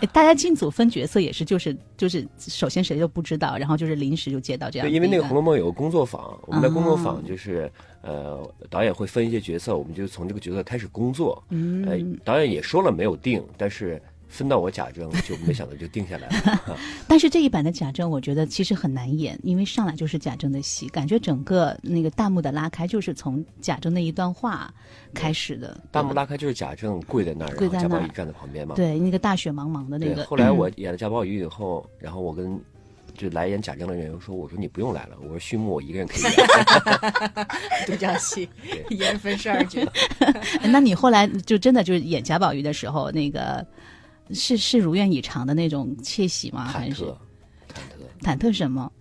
[SPEAKER 8] 哎大家进组分角色也是，就是就是，首先谁都不知道，然后就是临时就接到这样的
[SPEAKER 13] 对，
[SPEAKER 8] 一。
[SPEAKER 13] 因为那个《红楼梦》有个工作坊，我们在工作
[SPEAKER 8] 啊
[SPEAKER 13] 坊就是、呃，导演会分一些角色，我们就从这个角色开始工作。
[SPEAKER 8] 嗯
[SPEAKER 13] 呃，导演也说了没有定，但是分到我贾政就没想到就定下来了。
[SPEAKER 8] 但是这一版的贾政，我觉得其实很难演，因为上来就是贾政的戏，感觉整个那个大幕的拉开就是从贾政那一段话开始的。
[SPEAKER 13] 大幕拉开就是贾政跪在那儿，
[SPEAKER 8] 跪
[SPEAKER 13] 然后
[SPEAKER 8] 在
[SPEAKER 13] 贾宝
[SPEAKER 8] 那
[SPEAKER 13] 玉
[SPEAKER 8] 儿
[SPEAKER 13] 站在旁边嘛。
[SPEAKER 8] 对，那个大雪茫茫的那
[SPEAKER 13] 对
[SPEAKER 8] 个。
[SPEAKER 13] 后来我
[SPEAKER 8] 嗯
[SPEAKER 13] 演了贾宝玉以后，然后我跟就来演贾政的人说：“我说你不用来了，我说序幕我一个人可以 演。
[SPEAKER 16] 独角戏，一人分饰二 角。
[SPEAKER 8] 哎那你后来就真的就是演贾宝玉的时候，那个是是如愿以偿的那种窃喜吗？还
[SPEAKER 13] 忐
[SPEAKER 8] 是
[SPEAKER 13] 忑，
[SPEAKER 8] 忐忑什么？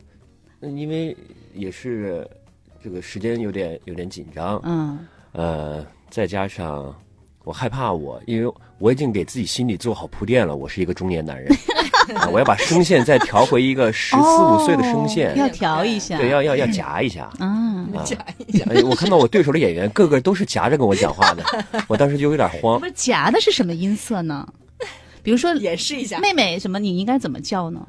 [SPEAKER 13] 那因为也是这个时间有点有点紧张，
[SPEAKER 8] 嗯，
[SPEAKER 13] 呃，再加上我害怕我，因为我已经给自己心里做好铺垫了，我是一个中年 男人啊，我要把声线再调回一个十四五岁的声线，
[SPEAKER 8] 哦要调一下，
[SPEAKER 13] 对，要要要夹一下。
[SPEAKER 8] 啊，
[SPEAKER 13] 啊，哎我看到我对手的演员个个都是夹着跟我讲话的，我当时就有点慌
[SPEAKER 8] 不。是夹的是什么音色呢？比如说演
[SPEAKER 16] 示一下，
[SPEAKER 8] 妹妹什么，你应该怎么叫呢？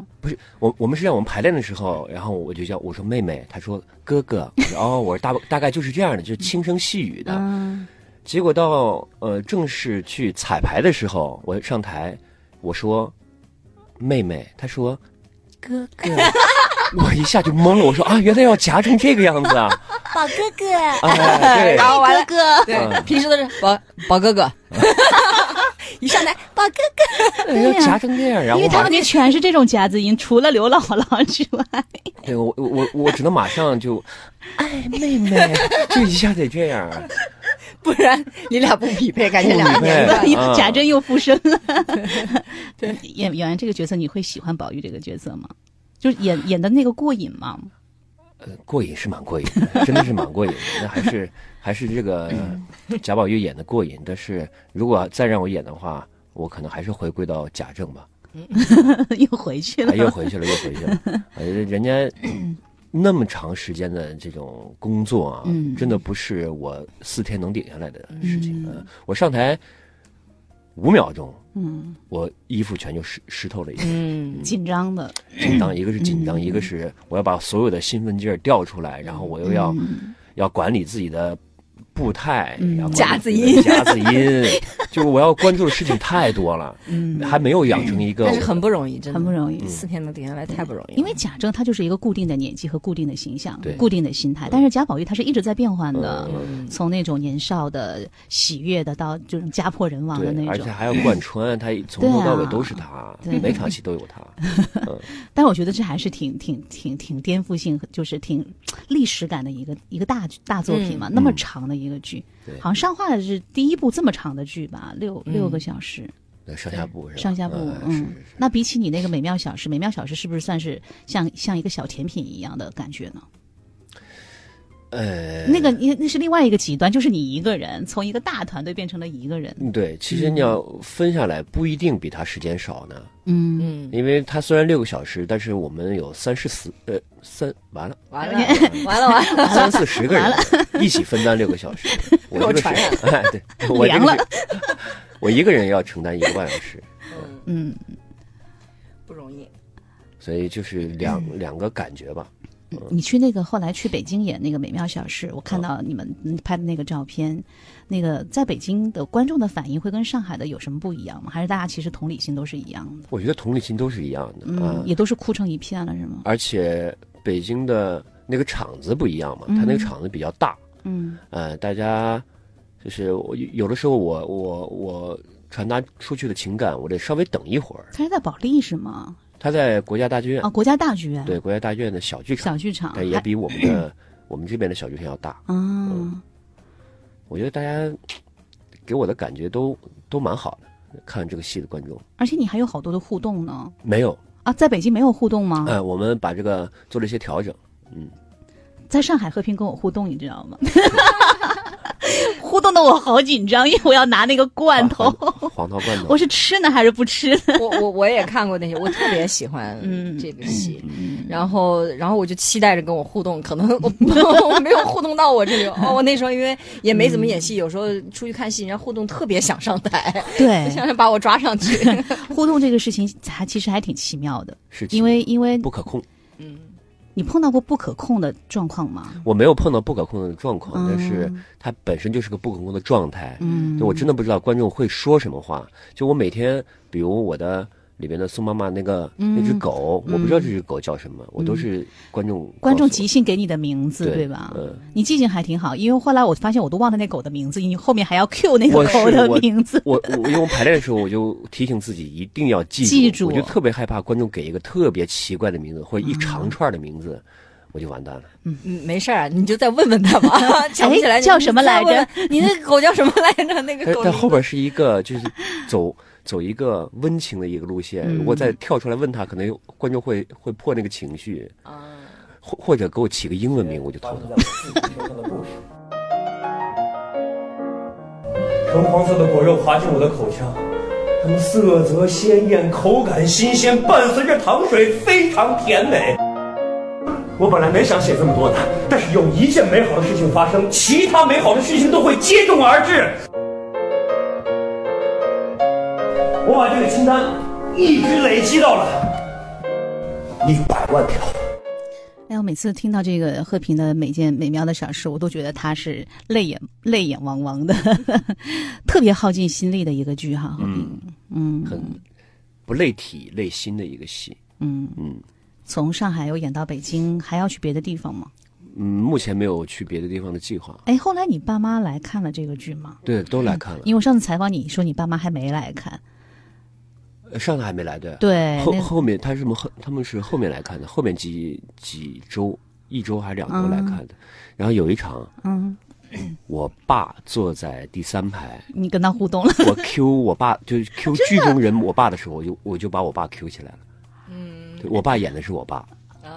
[SPEAKER 13] 我我们是让我们排练的时候，然后我就叫我说妹妹，她说哥哥，我说哦，我说大大概就是这样的，就是轻声细语的。
[SPEAKER 8] 嗯，
[SPEAKER 13] 结果到呃正式去彩排的时候，我上台，我说妹妹，她说
[SPEAKER 8] 哥
[SPEAKER 13] 哥， 我一下就懵了，我说啊，原来要夹成这个样子啊！
[SPEAKER 2] 宝哥哥，
[SPEAKER 13] 哎对
[SPEAKER 16] 然后完了，
[SPEAKER 2] 哥哥
[SPEAKER 16] 对，
[SPEAKER 13] 嗯
[SPEAKER 16] 平时都是宝宝哥哥， 一上来宝哥哥，
[SPEAKER 8] 对呀
[SPEAKER 13] 这样然后
[SPEAKER 8] 因为他
[SPEAKER 13] 我
[SPEAKER 8] 们那全是这种夹子音，除了刘姥姥 之外，
[SPEAKER 13] 对我我我我只能马上就哎妹妹，就一下得这样。
[SPEAKER 16] 不然你俩不匹配，感觉俩
[SPEAKER 13] 不匹配
[SPEAKER 16] 人
[SPEAKER 13] 啊
[SPEAKER 8] 贾珍又附身了。对， 演演完这个角色，你会喜欢宝玉这个角色吗？就是演演的那个过瘾吗？
[SPEAKER 13] 呃过瘾是蛮过瘾的，真的是蛮过瘾的。那还是还是这个贾宝玉演的过瘾，但是如果再让我演的话，我可能还是回归到贾政 吧。
[SPEAKER 8] 又回去了，
[SPEAKER 13] 哎，又回去了，又回去了。呃，人家那么长时间的这种工作啊，
[SPEAKER 8] 嗯
[SPEAKER 13] 真的不是我四天能顶下来的。呃
[SPEAKER 8] 事情。
[SPEAKER 13] 我上台五秒钟，
[SPEAKER 8] 嗯
[SPEAKER 13] 我衣服全就湿湿透了一地。
[SPEAKER 8] 嗯，紧张的，
[SPEAKER 13] 紧张，一个是紧张，
[SPEAKER 8] 嗯
[SPEAKER 13] 一个是我要把所有的兴奋劲儿调出来，然后我又要、
[SPEAKER 8] 嗯
[SPEAKER 13] 要管理自己的步态，
[SPEAKER 8] 嗯
[SPEAKER 13] 然后
[SPEAKER 8] 夹子音
[SPEAKER 13] 夹子音， 就是我要关注的事情太多了，
[SPEAKER 8] 嗯
[SPEAKER 13] 还没有养成一个，
[SPEAKER 16] 但是很不容易，真的
[SPEAKER 8] 很不容
[SPEAKER 13] 嗯
[SPEAKER 8] 易，
[SPEAKER 16] 四天能顶下来太不容易了。
[SPEAKER 8] 因为贾政他就是一个固定的年纪和固定的形象
[SPEAKER 13] 对、
[SPEAKER 8] 固定的心态，但是贾宝玉他是一直在变换的
[SPEAKER 13] 嗯，
[SPEAKER 8] 从那种年少的喜悦的到就是家破人亡的
[SPEAKER 13] 对，
[SPEAKER 8] 那
[SPEAKER 13] 而
[SPEAKER 8] 种
[SPEAKER 13] 且。还要贯穿，他从头到尾都是他，
[SPEAKER 8] 对啊对
[SPEAKER 13] 每场戏都有他。嗯，
[SPEAKER 8] 但我觉得这还是挺挺挺挺颠覆性，就是挺历史感的一个一个大剧大作品嘛，
[SPEAKER 13] 嗯
[SPEAKER 8] 那么长的一个剧，
[SPEAKER 13] 对
[SPEAKER 8] 好像上画的是第一部这么长的剧吧，六、
[SPEAKER 13] 嗯
[SPEAKER 8] 六个小时。
[SPEAKER 13] 那上下部是吧？
[SPEAKER 8] 上下部，
[SPEAKER 13] 嗯，
[SPEAKER 8] 嗯，那比起你那个《美妙小时》，《美妙小时》是不是算是像像一个小甜品一样的感觉呢？
[SPEAKER 13] 呃，
[SPEAKER 8] 那个你那是另外一个极端，就是你一个人从一个大团队变成了一个人，
[SPEAKER 13] 对，其实你要分下来，不一定比他时间少呢。
[SPEAKER 8] 嗯
[SPEAKER 16] 嗯，
[SPEAKER 13] 因为他虽然六个小时，但是我们有三十四呃三完了
[SPEAKER 16] 完 了完了完 了
[SPEAKER 13] 三四十个
[SPEAKER 16] 完
[SPEAKER 13] 人
[SPEAKER 16] 了
[SPEAKER 13] 一起分担六个小时， 我
[SPEAKER 16] 被我
[SPEAKER 13] 这个
[SPEAKER 16] 传染
[SPEAKER 13] 是
[SPEAKER 16] 了
[SPEAKER 13] 哎，对，我这
[SPEAKER 16] 凉
[SPEAKER 13] 个
[SPEAKER 16] 了
[SPEAKER 13] 是，我一个人要承担一个半小时，
[SPEAKER 8] 嗯，
[SPEAKER 16] 不容易。
[SPEAKER 13] 所以就是两
[SPEAKER 16] 嗯
[SPEAKER 13] 两个感觉吧。
[SPEAKER 8] 你去那个后来去北京演那个《美妙小事》，我看到你们嗯拍的那个照片，那个在北京的观众的反应会跟上海的有什么不一样吗？还是大家其实同理心都是一样的？
[SPEAKER 13] 我觉得同理心都是一样的
[SPEAKER 8] 嗯，
[SPEAKER 13] 啊，
[SPEAKER 8] 也都是哭成一片了，是吗？
[SPEAKER 13] 而且北京的那个场子不一样嘛，它那个
[SPEAKER 8] 嗯
[SPEAKER 13] 场子比较大，
[SPEAKER 8] 嗯
[SPEAKER 13] 呃，大家就是我有有的时候我我我传达出去的情感，我得稍微等一会儿。
[SPEAKER 8] 他是在保利是吗？
[SPEAKER 13] 他在国家大剧院
[SPEAKER 8] 哦，国家大剧院
[SPEAKER 13] 对国家大剧院的小剧场，
[SPEAKER 8] 小剧场
[SPEAKER 13] 但也比我们
[SPEAKER 16] 嗯
[SPEAKER 13] 的我们这边的小剧场要大。
[SPEAKER 8] 啊、
[SPEAKER 13] 嗯我觉得大家给我的感觉都都蛮好的，看这个戏的观众
[SPEAKER 8] 而且你还有好多的互动呢
[SPEAKER 13] 没有，
[SPEAKER 8] 啊，在北京没有互动吗？
[SPEAKER 13] 呃，我们把这个做了一些调整，嗯，
[SPEAKER 8] 在上海和平跟我互动，你知道吗？ 互动的我好紧张，因为我要拿那个罐
[SPEAKER 13] 啊
[SPEAKER 8] 头，
[SPEAKER 13] 黄桃罐头，
[SPEAKER 8] 我是吃呢还是不吃呢？
[SPEAKER 16] 我我我也看过那些，我特别喜欢这个戏，然后然后我就期待着跟我互动，可能 我我没有互动到我这里。哦，我那时候因为也没怎么演戏，有时候出去看戏，人家互动特别想上台，
[SPEAKER 8] 对
[SPEAKER 16] 就想想把我抓上 去。
[SPEAKER 8] 互动这个事情还其实还挺奇妙的，
[SPEAKER 13] 是奇
[SPEAKER 8] 因为因为
[SPEAKER 13] 不可控。
[SPEAKER 8] 你碰到过不可控的状况吗？
[SPEAKER 13] 我没有碰到不可控的状况，但是
[SPEAKER 8] 嗯
[SPEAKER 13] 它本身就是个不可控的状态。
[SPEAKER 8] 嗯
[SPEAKER 13] 就我真的不知道观众会说什么话。就我每天，比如我的里边的宋妈妈那个、那只
[SPEAKER 8] 嗯
[SPEAKER 13] 狗，
[SPEAKER 8] 嗯
[SPEAKER 13] 我不知道这只狗叫什么，我都是观众
[SPEAKER 8] 观众即兴给你的名字，
[SPEAKER 13] 对
[SPEAKER 8] 对吧？
[SPEAKER 13] 嗯
[SPEAKER 8] 你记性还挺好，因为后来我发现我都忘了那狗的名字，你后面还要 Q 那个
[SPEAKER 13] 我是
[SPEAKER 8] 狗的
[SPEAKER 13] 我
[SPEAKER 8] 名字。
[SPEAKER 13] 我我因为我排练的时候，我就提醒自己一定要记住，
[SPEAKER 8] 记住。
[SPEAKER 13] 我就特别害怕观众给一个特别奇怪的名字或者一长串的名字，我就完蛋了。
[SPEAKER 16] 嗯，没事儿啊，你就再问问他 吧想不起来
[SPEAKER 8] 哎
[SPEAKER 16] 你
[SPEAKER 8] 叫什么来着
[SPEAKER 16] 再问问你那个狗叫什么来着？那个
[SPEAKER 13] 但
[SPEAKER 16] 狗名
[SPEAKER 13] 但
[SPEAKER 16] 字
[SPEAKER 13] 哎后边是一个就是走走一个温情的一个路线，
[SPEAKER 8] 嗯
[SPEAKER 13] 如果再跳出来问他，可能有观众会会破那个情绪，
[SPEAKER 16] 啊
[SPEAKER 13] 或或者给我起个英文名，我就头疼。
[SPEAKER 4] 橙黄色的果肉滑进我的口腔，它们色泽鲜艳，口感新鲜，伴随着糖水，非常甜美。我本来没想写这么多的，但是有一件美好的事情发生，其他美好的事情都会接踵而至。我把这个清单一直累积到了一百万条。
[SPEAKER 8] 哎，我每次听到这个贺平的每件美妙的小事，我都觉得他是泪眼泪眼汪汪的， 特别耗尽心力的一个剧哈。贺平，嗯
[SPEAKER 13] 很不累体累心的一个戏。
[SPEAKER 8] 嗯
[SPEAKER 13] 嗯
[SPEAKER 8] 从上海又演到北京，还要去别的地方吗？
[SPEAKER 13] 嗯，目前没有去别的地方的计划。
[SPEAKER 8] 哎，后来你爸妈来看了这个剧吗？
[SPEAKER 13] 对，都来看了，
[SPEAKER 8] 因为我上次采访你说你爸妈还没来看，
[SPEAKER 13] 呃上次还没来对。
[SPEAKER 8] 对
[SPEAKER 13] 后
[SPEAKER 8] 那个
[SPEAKER 13] 后面他是们后他们是后面来看的，后面几几周一周还是两周来看的。然后有一场，
[SPEAKER 8] 嗯，
[SPEAKER 13] 我爸坐在第三排，
[SPEAKER 8] 你跟他互动了，
[SPEAKER 13] 我 Q 我爸 就是 Q 剧中人我爸的时候，我就我就把我爸 Q 起来了。嗯，我爸演的是我爸，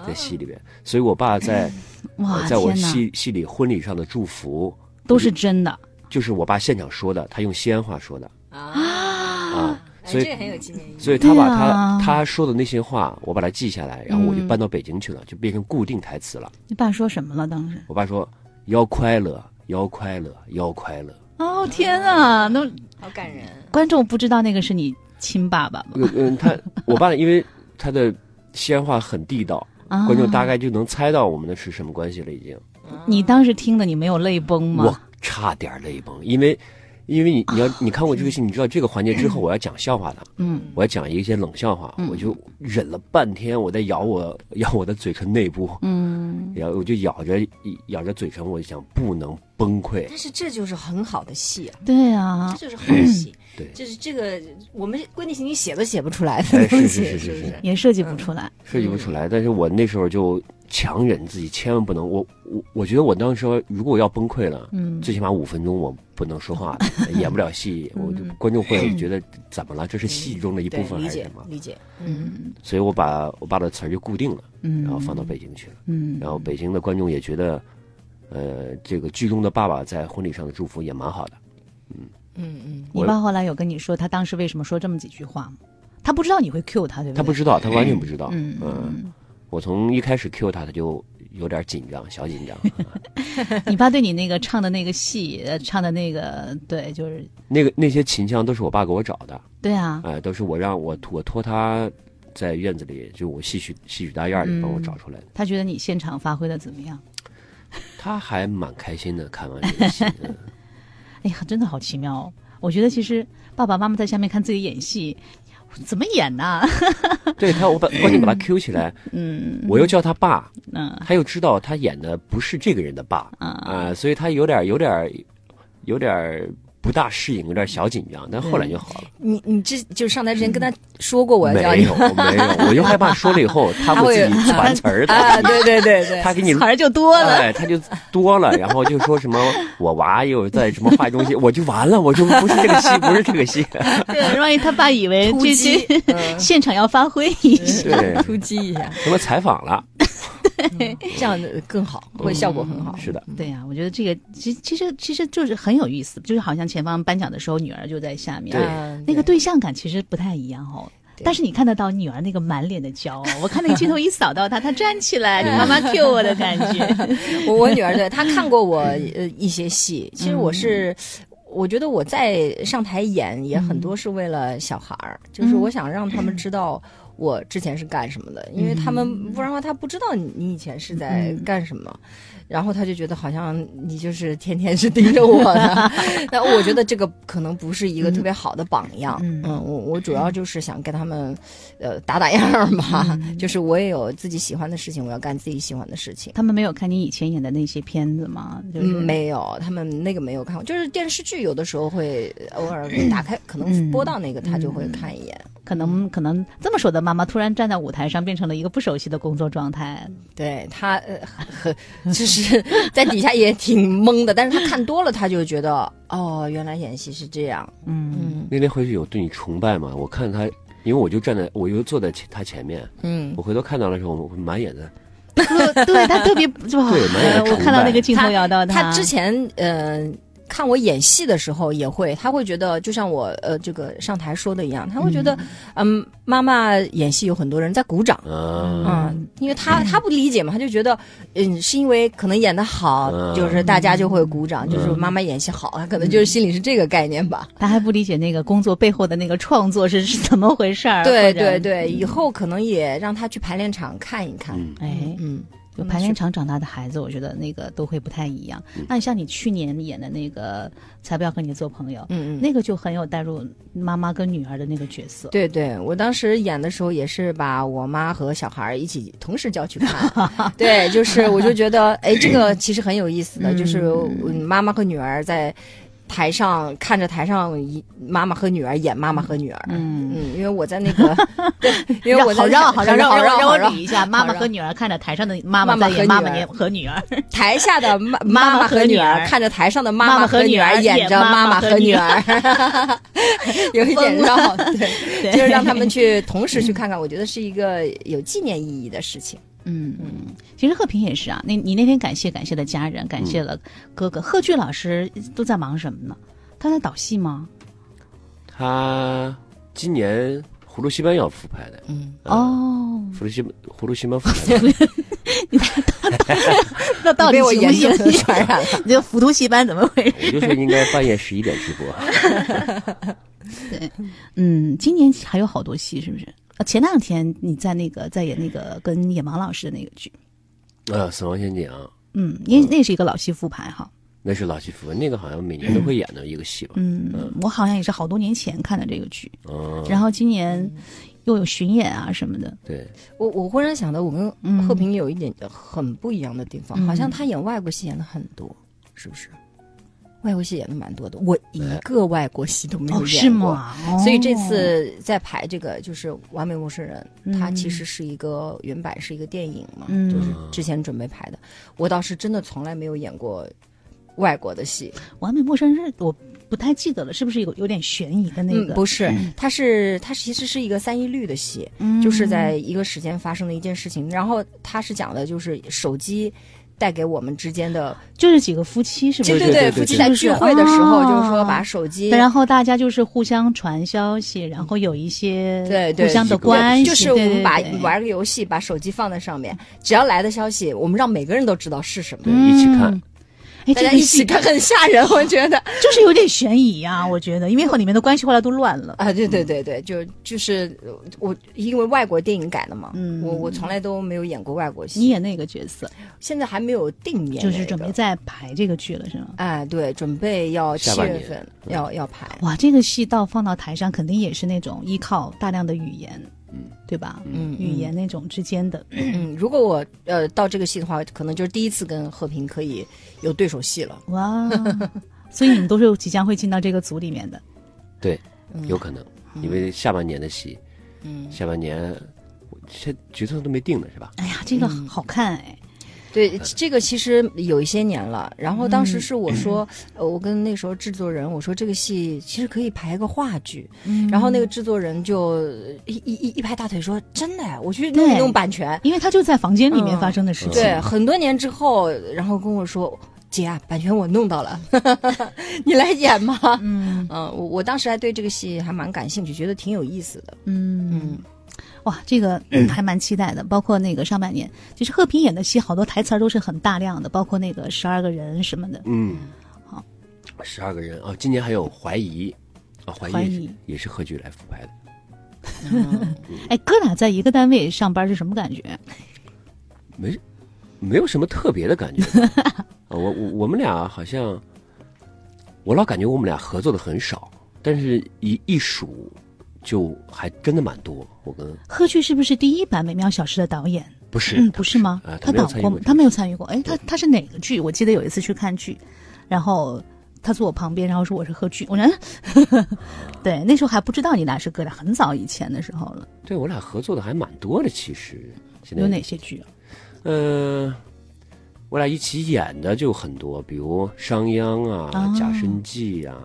[SPEAKER 13] 在戏里边，所以我爸在
[SPEAKER 8] 哇
[SPEAKER 13] 呃在我
[SPEAKER 8] 天哪
[SPEAKER 13] 戏戏里婚礼上的祝福
[SPEAKER 8] 都是真的。
[SPEAKER 13] 就是我爸现场说的，他用西安话说的啊，所以
[SPEAKER 16] 哎这很有纪念意义
[SPEAKER 13] 所以他把他、
[SPEAKER 8] 对啊
[SPEAKER 13] 他说的那些话，我把它记下来，然后我就
[SPEAKER 8] 嗯
[SPEAKER 13] 搬到北京去了，就变成固定台词了。
[SPEAKER 8] 你爸说什么了？当时？
[SPEAKER 13] 我爸说：“要快乐，要快乐，要快乐。”
[SPEAKER 8] 哦天啊，那
[SPEAKER 16] 好感人。
[SPEAKER 8] 观众不知道那个是你亲爸爸吗？
[SPEAKER 13] 嗯嗯，他我爸因为他的西安话很地道，
[SPEAKER 8] 啊
[SPEAKER 13] 观众大概就能猜到我们的是什么关系了。已经，
[SPEAKER 8] 你当时听的你没有泪崩
[SPEAKER 13] 我
[SPEAKER 8] 吗？
[SPEAKER 13] 差点泪崩，因为因为你你要你看过这个戏，你知道这个环节之后我要讲笑话的，
[SPEAKER 8] 嗯，
[SPEAKER 13] 我要讲一些冷笑话，我就忍了半天，我在咬我 咬我的嘴唇内部，
[SPEAKER 8] 嗯，
[SPEAKER 13] 然后我就 咬着咬着嘴唇，我就想不能崩溃。
[SPEAKER 16] 但是这就是很好的戏啊，
[SPEAKER 8] 对啊，
[SPEAKER 16] 这就是好戏，
[SPEAKER 13] 哎对，
[SPEAKER 16] 就是这个我们闺女情你写都写不出来
[SPEAKER 13] 哎
[SPEAKER 16] 的东
[SPEAKER 13] 是
[SPEAKER 16] 西，
[SPEAKER 13] 是是
[SPEAKER 16] 不嗯
[SPEAKER 13] 是是
[SPEAKER 8] 也设计不出来。
[SPEAKER 13] 设计不出来。但是我那时候就强忍自己，千万不能，我我我觉得我当时候如果要崩溃了，
[SPEAKER 8] 嗯
[SPEAKER 13] 最起码五分钟我不能说话的，演不了戏，我就
[SPEAKER 16] 嗯
[SPEAKER 13] 观众会觉得怎么了？这是戏中的一部
[SPEAKER 16] 对，
[SPEAKER 13] 分
[SPEAKER 16] 理
[SPEAKER 13] 还是
[SPEAKER 16] 解
[SPEAKER 13] 什么？
[SPEAKER 16] 理解，嗯，
[SPEAKER 13] 所以我把我把的词儿就固定了，
[SPEAKER 16] 嗯
[SPEAKER 13] 然后放到北京去了，
[SPEAKER 16] 嗯
[SPEAKER 13] 然后北京的观众也觉得，呃，这个剧中的爸爸在婚礼上的祝福也蛮好的，
[SPEAKER 16] 嗯嗯，
[SPEAKER 8] 你
[SPEAKER 13] 我
[SPEAKER 8] 爸后来有跟你说他当时为什么说这么几句话吗？他不知道你会 cue 他，对不对？
[SPEAKER 13] 他不知道，他完全不知道，
[SPEAKER 8] 嗯
[SPEAKER 13] 嗯，我从一开始 Q 他，他就有点紧张，小紧张。
[SPEAKER 8] 你爸对你那个唱的那个戏，呃唱的那个，对，就是
[SPEAKER 13] 那个那些琴箱都是我爸给我找的，
[SPEAKER 8] 对啊
[SPEAKER 13] 哎、都是我让我托我托他在院子里，就我戏曲戏曲大院里帮
[SPEAKER 8] 嗯
[SPEAKER 13] 我找出来的。
[SPEAKER 8] 他觉得你现场发挥的怎么样？
[SPEAKER 13] 他还蛮开心的，看完这个 戏，嗯
[SPEAKER 8] 哎呀，真的好奇妙哦！我觉得其实爸爸妈妈在下面看自己演戏，怎么演呢、
[SPEAKER 13] 对他我把关键把他 Q 起来，
[SPEAKER 8] 嗯，
[SPEAKER 13] 我又叫他爸，
[SPEAKER 8] 嗯，
[SPEAKER 13] 他又知道
[SPEAKER 16] 嗯
[SPEAKER 13] 他演的不是这个人的爸啊、所以他有点有点有点不大适应，有点小紧张，但后来就好了。
[SPEAKER 16] 你你这就上台之前跟他说嗯过我要叫
[SPEAKER 13] 嗯没
[SPEAKER 16] 你，
[SPEAKER 13] 有没 有，我就害怕说了以后他会自己传词儿的。
[SPEAKER 16] 啊，对对对对，
[SPEAKER 13] 他给你
[SPEAKER 16] 词儿就多了。
[SPEAKER 13] 哎，他就多了，然后就 说什么我娃又在什么化妆间，我就完了，我就不是这个戏，不是这个戏。
[SPEAKER 8] 对，万一他爸以为
[SPEAKER 16] 突
[SPEAKER 8] 这
[SPEAKER 16] 击 嗯
[SPEAKER 8] 些现场要发挥一下，
[SPEAKER 13] 对
[SPEAKER 16] 突击一下，
[SPEAKER 13] 什么采访了，嗯
[SPEAKER 16] 这样的更好，会效果很好。
[SPEAKER 13] 是的，
[SPEAKER 8] 对呀、啊我觉得这个其其实其实就是很有意思，就是好像前方颁奖的时候，女儿就在下面，
[SPEAKER 16] 对嗯
[SPEAKER 8] 那个对象感其实不太一样哦。但是你看得到女儿那个满脸的骄傲，我看那个镜头一扫到她，她站起 来，妈妈 Q 我的感觉。
[SPEAKER 16] 我我女儿对她看过我呃一些戏，其实我是。我觉得我在上台演也很多是为了小孩儿，就是我想让他们知道我之前是干什么的，因为他们不然的话他不知道你你以前是在干什么，然后他就觉得好像你就是天天是盯着我 的，那我觉得这个可能不是一个特别好的榜样。嗯，我我主要就是想跟他们呃打打样儿吧，就是我也有自己喜欢的事情，我要干自己喜欢的事情。
[SPEAKER 8] 他们没有看你以前演的那些片子吗？就是、
[SPEAKER 16] 嗯，没有，他们那个没有看过，就是电视剧有的时候会偶尔打开，可能播到那个他就会看一眼。
[SPEAKER 8] 可
[SPEAKER 13] 嗯
[SPEAKER 8] 能可能这么说的，妈妈突然站在舞台上，变成了一个不熟悉的工作状态。
[SPEAKER 16] 对他，呃呵就是在底下也挺懵的，但是他看多了，他就觉得哦，原来演戏是这样。
[SPEAKER 8] 嗯
[SPEAKER 13] 那天回去有对你崇拜吗？我看他，因为我就站在，我就坐在前他前面，
[SPEAKER 16] 嗯
[SPEAKER 13] 我回头看到的时候，我满眼的
[SPEAKER 8] 特 对他特别哇，
[SPEAKER 13] 对蛮有
[SPEAKER 8] 我
[SPEAKER 13] 崇
[SPEAKER 8] 看到
[SPEAKER 13] 拜
[SPEAKER 8] 那个镜头
[SPEAKER 16] 他
[SPEAKER 8] 摇到
[SPEAKER 16] 他之前呃看我演戏的时候也会，他会觉得就像我呃这个上台说的一样，他会觉得嗯妈妈演戏有很多人在鼓掌，
[SPEAKER 13] 嗯
[SPEAKER 16] 嗯，因为他他不理解嘛，他就觉得嗯是因为可能演的好，
[SPEAKER 8] 嗯
[SPEAKER 16] 就是大家就会鼓掌，就是妈妈演戏好，他可能就是心里是这个概念吧。
[SPEAKER 8] 他还不理解那个工作背后的那个创作是是怎么回事儿。
[SPEAKER 16] 对
[SPEAKER 8] 或者
[SPEAKER 16] 对对，以后可能也让他去排练场看一看。
[SPEAKER 8] 哎，
[SPEAKER 16] 嗯，
[SPEAKER 8] 就排练场长大的孩子，我觉得那个都会不太一样。
[SPEAKER 13] 嗯
[SPEAKER 8] 那像你去年演的那个《才不要和你做朋友》，
[SPEAKER 16] 嗯嗯
[SPEAKER 8] 那个就很有带入妈妈跟女儿的那个角色。
[SPEAKER 16] 对对，我当时演的时候也是把我妈和小孩儿一起同时叫去看， 对，就是我就觉得，哎，这个其实很有意思的，就是嗯妈妈和女儿在。台上看着台上一妈妈和女儿演妈妈和女儿，嗯因为我在那个， 对，因为我 在
[SPEAKER 8] 好绕， 好绕，
[SPEAKER 16] 绕
[SPEAKER 8] 让我
[SPEAKER 16] 绕
[SPEAKER 8] 让
[SPEAKER 16] 好
[SPEAKER 8] 我
[SPEAKER 16] 绕
[SPEAKER 8] 捋一下，妈妈和女儿看着台上的妈妈
[SPEAKER 16] 妈妈
[SPEAKER 8] 在演
[SPEAKER 16] 和
[SPEAKER 8] 妈
[SPEAKER 16] 女
[SPEAKER 8] 妈
[SPEAKER 16] 儿
[SPEAKER 8] 演和女儿，
[SPEAKER 16] 台下的 妈
[SPEAKER 8] 妈
[SPEAKER 16] 妈
[SPEAKER 8] 妈
[SPEAKER 16] 和
[SPEAKER 8] 和女
[SPEAKER 16] 儿
[SPEAKER 8] 儿
[SPEAKER 16] 看着台上的
[SPEAKER 8] 妈
[SPEAKER 16] 妈
[SPEAKER 8] 妈和
[SPEAKER 16] 女
[SPEAKER 8] 女
[SPEAKER 16] 儿
[SPEAKER 8] 儿
[SPEAKER 16] 演
[SPEAKER 8] 演
[SPEAKER 16] 着
[SPEAKER 8] 妈
[SPEAKER 16] 妈
[SPEAKER 8] 妈
[SPEAKER 16] 和
[SPEAKER 8] 和
[SPEAKER 16] 女
[SPEAKER 8] 女
[SPEAKER 16] 儿， 有一点
[SPEAKER 8] 疯了
[SPEAKER 16] 绕， 对，
[SPEAKER 8] 对
[SPEAKER 16] 就是让他们去同时去看看，我觉得是一个有纪念意义的事情。
[SPEAKER 8] 嗯嗯，其实贺平也是啊。那你那天感谢感谢了家
[SPEAKER 16] 嗯
[SPEAKER 8] 人，感谢了哥哥。贺剧老师都在忙什么呢？他在导戏吗？
[SPEAKER 13] 他今年《葫芦西班牙》要复拍的，
[SPEAKER 16] 嗯，
[SPEAKER 8] 哦，
[SPEAKER 13] 葫芦西葫芦西班牙复拍的，
[SPEAKER 8] 那到底
[SPEAKER 16] 被我
[SPEAKER 8] 行不
[SPEAKER 16] 严
[SPEAKER 8] 行
[SPEAKER 16] 重地传染了？
[SPEAKER 8] 你这复读戏班怎么回
[SPEAKER 13] 我
[SPEAKER 8] 事？
[SPEAKER 13] 就说应该半夜十一点直播。
[SPEAKER 8] 对，嗯，今年还有好多戏，是不是？啊，前两天你在那个在演那个跟野芒老师的那个剧，
[SPEAKER 13] 呃，《死亡陷阱》
[SPEAKER 8] 嗯，因为那是一个老戏复排哈，
[SPEAKER 13] 那是老戏服，那个好像每年都会演的一个戏吧。
[SPEAKER 8] 嗯，我好像也是好多年前看的这个剧，
[SPEAKER 13] 嗯，
[SPEAKER 8] 然后今年又有巡演啊什么的，
[SPEAKER 13] 对，
[SPEAKER 16] 我我忽然想到，我跟贺平有一点很不一样的地方，
[SPEAKER 8] 嗯
[SPEAKER 16] 好像他演外国戏演的很多，是不是？外国戏演的蛮多的，我一个外国戏都没有演过，
[SPEAKER 8] 哦是吗哦
[SPEAKER 16] 所以这次在排这个就是《完美陌生人》
[SPEAKER 8] 嗯
[SPEAKER 16] 它其实是一个原版是一个电影嘛，
[SPEAKER 8] 嗯
[SPEAKER 16] 就是之前准备排的。我倒是真的从来没有演过外国的戏，
[SPEAKER 8] 《完美陌生人》我不太记得了，是不是有有点悬疑的那个？
[SPEAKER 16] 嗯、不是，它是它其实是一个三一律的戏，
[SPEAKER 8] 嗯
[SPEAKER 16] 就是在一个时间发生的一件事情，然后它是讲的就是手机。带给我们之间的，
[SPEAKER 8] 就是几个夫妻是不是
[SPEAKER 16] 对对，
[SPEAKER 8] 对对
[SPEAKER 16] 夫
[SPEAKER 8] 对
[SPEAKER 16] 妻
[SPEAKER 8] 对
[SPEAKER 16] 在
[SPEAKER 8] 对
[SPEAKER 16] 聚
[SPEAKER 8] 对
[SPEAKER 16] 会的时候，
[SPEAKER 8] 哦
[SPEAKER 16] 就是说把手机，
[SPEAKER 8] 然后大家就是互相传消息，然后有一些
[SPEAKER 16] 对对
[SPEAKER 8] 互相的关系，
[SPEAKER 16] 就是我
[SPEAKER 8] 对
[SPEAKER 16] 们
[SPEAKER 8] 对
[SPEAKER 16] 把
[SPEAKER 8] 对
[SPEAKER 16] 玩个游戏，把手机放在上面，只要来的消息，我们让每个人都知道是什么，
[SPEAKER 8] 嗯一起看。哎，
[SPEAKER 16] 大
[SPEAKER 8] 这
[SPEAKER 16] 家
[SPEAKER 8] 个
[SPEAKER 16] 一
[SPEAKER 8] 戏
[SPEAKER 16] 起看很吓人，我觉 得
[SPEAKER 8] 就是有点悬疑啊，我觉得，因为和里面的关系后来都乱了
[SPEAKER 16] 啊，对对对对，就就是我因为外国电影改的嘛，我我从来都没有演过外国戏，
[SPEAKER 8] 嗯你演那个角色，
[SPEAKER 16] 现在还没有定演，
[SPEAKER 8] 就是准备在排这个剧了，是吗？
[SPEAKER 16] 哎，对，准备要七
[SPEAKER 8] 下半
[SPEAKER 16] 月
[SPEAKER 8] 年
[SPEAKER 16] 份要要排，
[SPEAKER 8] 哇，这个戏到放到台上，肯定也是那种依靠大量的语言，嗯，对吧？
[SPEAKER 16] 嗯
[SPEAKER 8] 语言那种之间 的，
[SPEAKER 16] 嗯，如果我呃到这个戏的话，可能就是第一次跟和平可以有对手戏了。
[SPEAKER 8] 哇，所以你们都是即将会进到这个组里面的。
[SPEAKER 13] 对，
[SPEAKER 8] 嗯
[SPEAKER 13] 有可能，因为下半年的戏，嗯，下半年我现角色都没定呢，是吧？
[SPEAKER 8] 哎呀，这个好看哎，
[SPEAKER 16] 对，这个其实有一些年了。然后
[SPEAKER 8] 嗯
[SPEAKER 16] 当时是我 说，呃，我跟那时候制作人我说，这个戏其实可以排个话剧。
[SPEAKER 8] 嗯
[SPEAKER 16] 然后那个制作人就一一一一拍大腿说：“真的呀，我去弄一弄版权。”
[SPEAKER 8] 因为他就在房间里面发生的事情。
[SPEAKER 16] 对，很多年之后，然后跟我说。姐啊，版权我弄到了， 你来演吧。
[SPEAKER 8] 嗯
[SPEAKER 16] 我我当时还对这个戏还蛮感兴趣，觉得挺有意思的。
[SPEAKER 8] 嗯，哇，这个嗯还蛮期待的。包括那个上半年，其实贺平演的戏好多台词儿都是很大量的，包括那个十二个人什么的。
[SPEAKER 13] 嗯，好，十二个人哦，今年还有怀疑，啊，怀疑
[SPEAKER 8] 怀
[SPEAKER 13] 也
[SPEAKER 8] 疑
[SPEAKER 13] 是也是贺剧来复拍的，
[SPEAKER 8] 哎，哥俩在一个单位上班是什么感觉？
[SPEAKER 13] 没没有什么特别的感觉。 啊，我我我们俩好像，我老感觉我们俩合作的很少，但是一一数就还真的蛮多。我跟
[SPEAKER 8] 贺剧是不是第一版《美妙小时》的导演？
[SPEAKER 13] 不是
[SPEAKER 8] 嗯，不是吗？
[SPEAKER 13] 啊他
[SPEAKER 8] 他
[SPEAKER 13] 没有
[SPEAKER 8] 导
[SPEAKER 13] 参与
[SPEAKER 8] 过
[SPEAKER 13] 过
[SPEAKER 8] 吗？
[SPEAKER 13] 这
[SPEAKER 8] 他没有参与过。哎，他他是哪个剧？我记得有一次去看剧，然后他坐我旁边，然后说我是贺剧。我说，嗯 对，那时候还不知道你俩是哥俩，很早以前的时候了。
[SPEAKER 13] 对我俩合作的还蛮多的，其实现在
[SPEAKER 8] 有哪些剧啊？
[SPEAKER 13] 呃，我俩一起演的就很多，比如《商鞅》啊，
[SPEAKER 8] 哦
[SPEAKER 13] 贾生记》啊，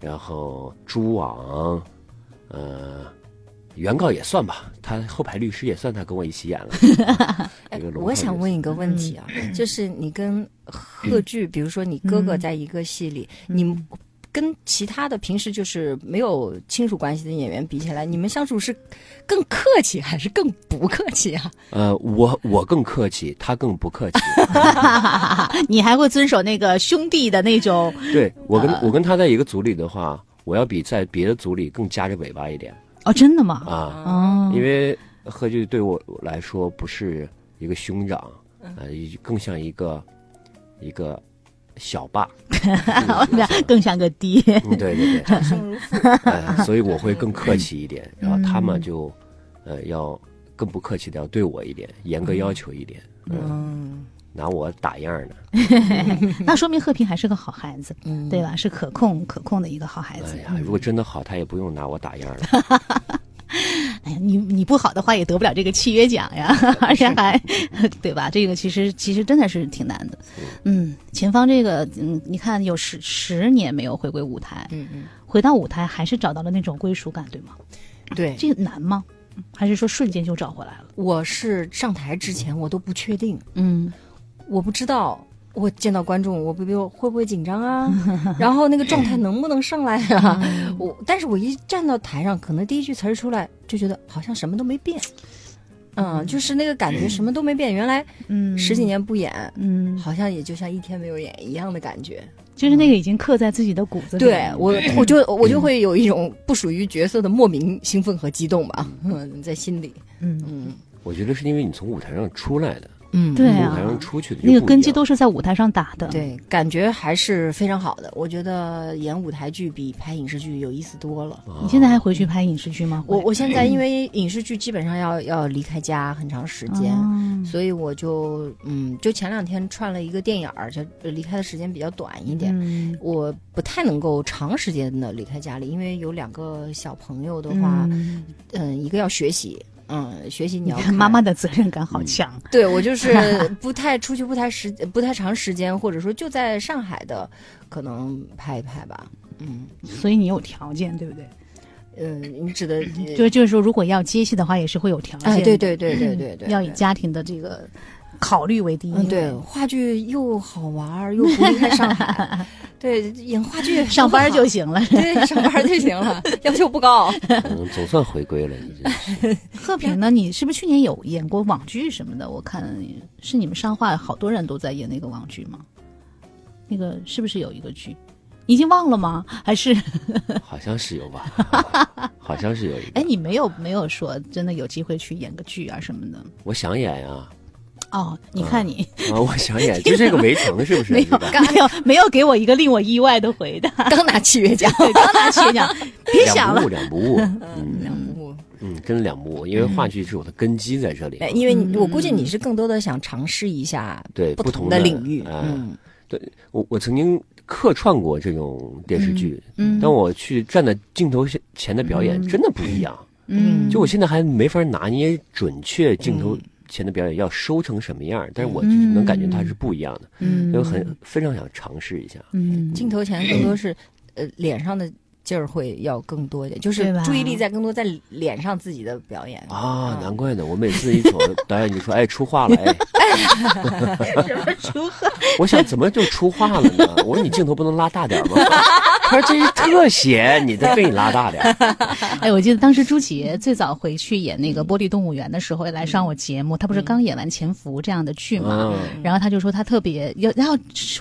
[SPEAKER 13] 然后《蛛网》，呃，原告也算吧，他后排律师也算，他跟我一起演 了。这个龙
[SPEAKER 16] 哎我
[SPEAKER 13] 凤
[SPEAKER 16] 想
[SPEAKER 13] 律
[SPEAKER 16] 问一个问题啊，就是你跟
[SPEAKER 13] 嗯
[SPEAKER 16] 贺剧，比如说你哥哥在一个戏里，你们跟其他的平时就是没有亲属关系的演员比起来，你们相处是更客气还是更不客气啊？
[SPEAKER 13] 呃，我我更客气，他更不客气。
[SPEAKER 8] 啊 你还会遵守那个兄弟的那种？
[SPEAKER 13] 对我
[SPEAKER 16] 啊
[SPEAKER 13] 跟、我跟他在一个组里的话，我要比在别的组里更夹着尾巴一点
[SPEAKER 8] 哦，真的吗？
[SPEAKER 13] 啊，
[SPEAKER 8] 哦
[SPEAKER 13] 因为贺剧对我来说不是一个兄长，
[SPEAKER 8] 嗯
[SPEAKER 13] 呃，更像一个一个小 爸。
[SPEAKER 8] 我们俩更像个 爹。
[SPEAKER 13] 嗯对对对掌声如呃，所以我会更客气一点，
[SPEAKER 8] 嗯
[SPEAKER 13] 然后他们就，呃，要更不客气的要对我一点，
[SPEAKER 8] 嗯
[SPEAKER 13] 严格要求一点，呃
[SPEAKER 16] 嗯，
[SPEAKER 13] 拿我打样儿呢。
[SPEAKER 8] 那说明贺平还是个好孩子，
[SPEAKER 13] 嗯
[SPEAKER 8] 对吧？是可控可控的一个好孩子
[SPEAKER 13] 哎。呀，如果真的好，他也不用拿我打样儿了。
[SPEAKER 8] 哎呀，你你不好的话也得不了这个契约奖呀， 而且还对吧？这个其实其实真的是挺难的。嗯，前方这个嗯，你看有十十年没有回归舞台，
[SPEAKER 16] 嗯嗯，
[SPEAKER 8] 回到舞台还是找到了那种归属感，对吗？
[SPEAKER 16] 对，
[SPEAKER 8] 这个难吗？还是说瞬间就找回来了？
[SPEAKER 16] 我是上台之前我都不确定，
[SPEAKER 8] 嗯，
[SPEAKER 16] 我不知道我见到观众我不我会不会紧张啊， 然后那个状态能不能上来啊？我但是我一站到台上，可能第一句词儿出来就觉得好像什么都没变。嗯，就是那个感觉什么都没变，原来
[SPEAKER 8] 嗯
[SPEAKER 16] 十几年不演，
[SPEAKER 8] 嗯，
[SPEAKER 16] 好像也就像一天没有演一样的感觉。
[SPEAKER 8] 就是那个已经刻在自己的骨子里
[SPEAKER 16] 对
[SPEAKER 8] 了。
[SPEAKER 16] 我，我就我就会有一种不属于角色的莫名兴奋和激动吧，嗯，在心里。
[SPEAKER 8] 嗯
[SPEAKER 16] 嗯，
[SPEAKER 13] 我觉得是因为你从舞台上出来的，
[SPEAKER 16] 嗯
[SPEAKER 8] 对
[SPEAKER 13] 从
[SPEAKER 8] 啊
[SPEAKER 13] 舞台上出去的就
[SPEAKER 8] 那个
[SPEAKER 13] 不一
[SPEAKER 8] 根基
[SPEAKER 13] 样
[SPEAKER 8] 都是在舞台上打的。
[SPEAKER 16] 对，感觉还是非常好的。我觉得演舞台剧比拍影视剧有意思多了。
[SPEAKER 13] 啊
[SPEAKER 8] 你现在还回去拍影视剧吗？
[SPEAKER 16] 嗯
[SPEAKER 8] 嗯
[SPEAKER 16] 我我现在因
[SPEAKER 8] 为
[SPEAKER 16] 为影视剧基本上要要离开家很长时间，
[SPEAKER 8] 哦
[SPEAKER 16] 所以我就嗯，就前两天串了一个电影儿，就离开的时间比较短一点。
[SPEAKER 8] 嗯
[SPEAKER 16] 我不太能够长时间的离开家里，因为有两个小朋友的话，
[SPEAKER 8] 嗯
[SPEAKER 16] 嗯，一个要学习，嗯，学习你
[SPEAKER 8] 你
[SPEAKER 16] 要
[SPEAKER 8] 看 妈妈的责任感好强。
[SPEAKER 16] 对我就是 不太出去，不太时，不太长时间，或者说就在上海的，可能拍一拍吧。嗯，
[SPEAKER 8] 所以你有条件，对不对？
[SPEAKER 16] 嗯，你指的
[SPEAKER 8] 就就是说，如果要接戏的话，也是会有条件的。
[SPEAKER 16] 哎对对对对对对
[SPEAKER 8] 要以家庭的这个考虑为第一位。
[SPEAKER 16] 嗯，对，话剧又好玩儿，又不离开上 海，对，演话剧
[SPEAKER 8] 上班就行 了
[SPEAKER 16] 对，上班就行 了，要求不高。
[SPEAKER 13] 嗯，总算回归了，已经。
[SPEAKER 8] 贺平呢？你是不是去年有演过网剧什么的？我看是你们上画好多人都在演那个网剧吗？那个是不是有一个剧？你已经忘了吗？还是
[SPEAKER 13] 好像是有吧，好像是有一个。
[SPEAKER 8] 哎，你没有没有说真的有机会去演个剧啊什么的？
[SPEAKER 13] 我想演呀、
[SPEAKER 8] 哦，你看你
[SPEAKER 13] 啊，我想 演，就这个围城是不是？
[SPEAKER 8] 没有没有没有给我一个令我意外的回答。
[SPEAKER 16] 刚拿契约奖，
[SPEAKER 8] 对，刚拿契 约奖，别想了。
[SPEAKER 13] 两不误，两不 误，嗯，两
[SPEAKER 16] 不误，
[SPEAKER 13] 嗯，真两不误，因为话剧是我的根基在
[SPEAKER 8] 嗯
[SPEAKER 13] 这里嘛，
[SPEAKER 16] 哎因为你我估计你是更多的想尝试一下
[SPEAKER 13] 对
[SPEAKER 16] 不
[SPEAKER 13] 同
[SPEAKER 16] 的领域，
[SPEAKER 13] 啊
[SPEAKER 16] 嗯，
[SPEAKER 13] 对我我曾经客串过这种电视剧，
[SPEAKER 8] 嗯嗯
[SPEAKER 13] 但我去站在镜头前的表演
[SPEAKER 8] 嗯
[SPEAKER 13] 真的不一样。
[SPEAKER 8] 嗯
[SPEAKER 13] 就我现在还没法拿捏准确镜头前的表演要收成什么样，但是我就
[SPEAKER 8] 嗯
[SPEAKER 13] 是能感觉它是不一样的，
[SPEAKER 16] 嗯
[SPEAKER 13] 就很非常想尝试一下。
[SPEAKER 8] 嗯，
[SPEAKER 16] 镜头前更多是，呃，脸上的劲儿会要更多一点，就是
[SPEAKER 13] 对吧
[SPEAKER 16] 注意力在更多在脸上自己的表演。
[SPEAKER 8] 嗯
[SPEAKER 13] 啊，难怪呢！我每次一走， 导演就说：“哎，出话了！” 哎，
[SPEAKER 16] 什么出汗？
[SPEAKER 13] 我想怎么就出话了呢？我说你镜头不能拉大点吗？ 他说这是特写，你再给你拉大点。
[SPEAKER 8] 哎，我记得当时朱启最早回去演那个《玻璃动物园》的时候，来上我节目，他不是刚演完《潜伏》这样的剧嘛，
[SPEAKER 13] 嗯
[SPEAKER 8] 然后他就说他特别要要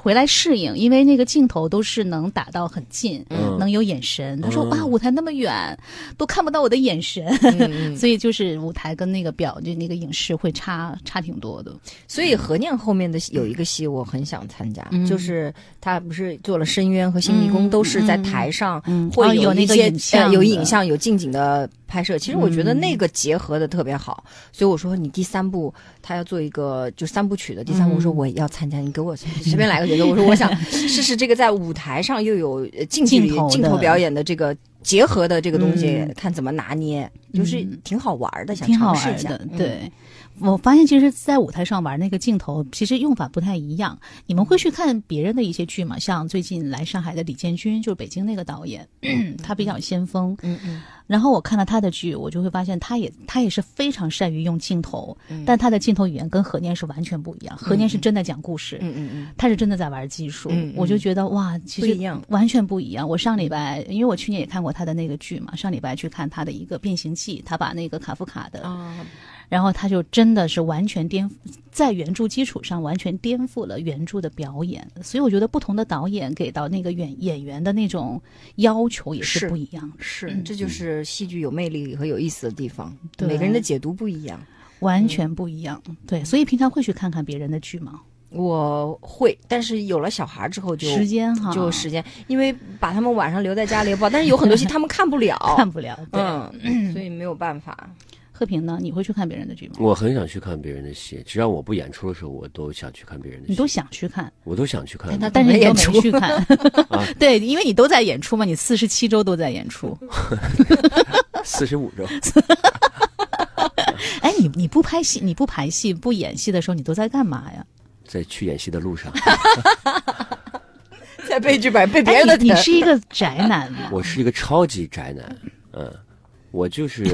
[SPEAKER 8] 回来适应，因为那个镜头都是能打到很近，
[SPEAKER 5] 嗯
[SPEAKER 8] 能有眼神。他说、
[SPEAKER 5] 嗯
[SPEAKER 8] 哇，舞台那么远，都看不到我的眼神， 所以就是舞台跟那个表就那个影视会差差挺多的。
[SPEAKER 16] 所以何念后面的有一个戏我很想参加，
[SPEAKER 8] 嗯
[SPEAKER 16] 就是他不是做了《深渊》和《新迷宫》，
[SPEAKER 8] 嗯
[SPEAKER 16] 都是在台上
[SPEAKER 8] 嗯哦
[SPEAKER 16] 会
[SPEAKER 8] 有那
[SPEAKER 16] 一
[SPEAKER 8] 个
[SPEAKER 16] 些、
[SPEAKER 8] 影像
[SPEAKER 16] 呃、有
[SPEAKER 8] 的
[SPEAKER 16] 影像、有近景的拍摄。其实我觉得
[SPEAKER 8] 嗯
[SPEAKER 16] 那个结合的特别好，所以我说你第三部他要做一个就三部曲的第三部，
[SPEAKER 8] 嗯
[SPEAKER 16] 我说我要参加，你给我随随便来个角色，我说我想试试这个在舞台上又有呃近距离
[SPEAKER 8] 镜头的
[SPEAKER 16] 镜头表演的这个结合的这个东西，
[SPEAKER 8] 嗯
[SPEAKER 16] 看怎么拿捏，就是挺好玩的，想
[SPEAKER 8] 挺好
[SPEAKER 16] 尝试一
[SPEAKER 8] 玩
[SPEAKER 16] 下
[SPEAKER 8] 的。，
[SPEAKER 16] 嗯
[SPEAKER 8] 对。我发现，其实，在舞台上玩那个镜头，其实用法不太一样。你们会去看别人的一些剧吗？像最近来上海的李建军，就是北京那个导演， 他比较先锋。
[SPEAKER 16] 嗯嗯。
[SPEAKER 8] 然后我看了他的剧，我就会发现，他也他也是非常善于用镜头，
[SPEAKER 16] 嗯
[SPEAKER 8] 但他的镜头语言跟何念是完全不一样。何念是真的讲故事，
[SPEAKER 16] 嗯嗯嗯，
[SPEAKER 8] 他是真的在玩技术。
[SPEAKER 16] 嗯嗯
[SPEAKER 8] 我就觉得哇，其
[SPEAKER 16] 不
[SPEAKER 8] 实
[SPEAKER 16] 一样嗯
[SPEAKER 8] 完全不一样。我上礼拜，因为我去年也看过他的那个剧嘛，上礼拜去看他的一个《变形记》，他把那个卡夫卡
[SPEAKER 16] 哦
[SPEAKER 8] 的，然后他就真的是完全颠覆，在原著基础上完全颠覆了原著的表演。所以我觉得不同的导演给到那个演演员的那种要求也是
[SPEAKER 16] 是
[SPEAKER 8] 不一样的，
[SPEAKER 16] 是，这就是戏剧有魅力和有意思的地方，
[SPEAKER 8] 嗯对
[SPEAKER 16] 每个人的解读不一样。
[SPEAKER 8] 完全不一样。对，所以平常会去看看别人的剧吗？
[SPEAKER 16] 我会，但是有了小孩之后就
[SPEAKER 8] 时间哈，
[SPEAKER 16] 就时间，因为把他们晚上留在家里也不好，但是有很多戏他们看不了
[SPEAKER 8] 看不了对
[SPEAKER 16] 嗯，所以没有办法。
[SPEAKER 8] 贺平呢？你会去看别人的剧吗？
[SPEAKER 13] 我很想去看别人的戏，只要我不演出的时候，我都想去看别人的
[SPEAKER 8] 你
[SPEAKER 13] 戏，
[SPEAKER 8] 都想去看，
[SPEAKER 13] 我都想去看。。
[SPEAKER 8] 但是你都没去 看，啊对，因为你都在演出嘛，你四十七周都在演 出。
[SPEAKER 13] 四十 五周，
[SPEAKER 8] 哎，你你不拍戏，你不排戏，不演戏的时候，你都在干嘛呀？
[SPEAKER 13] 在去演戏的路上，
[SPEAKER 16] 在被剧本被
[SPEAKER 8] 哎你你是一个宅男吗？
[SPEAKER 13] 我是一个超级宅 男，嗯，我就是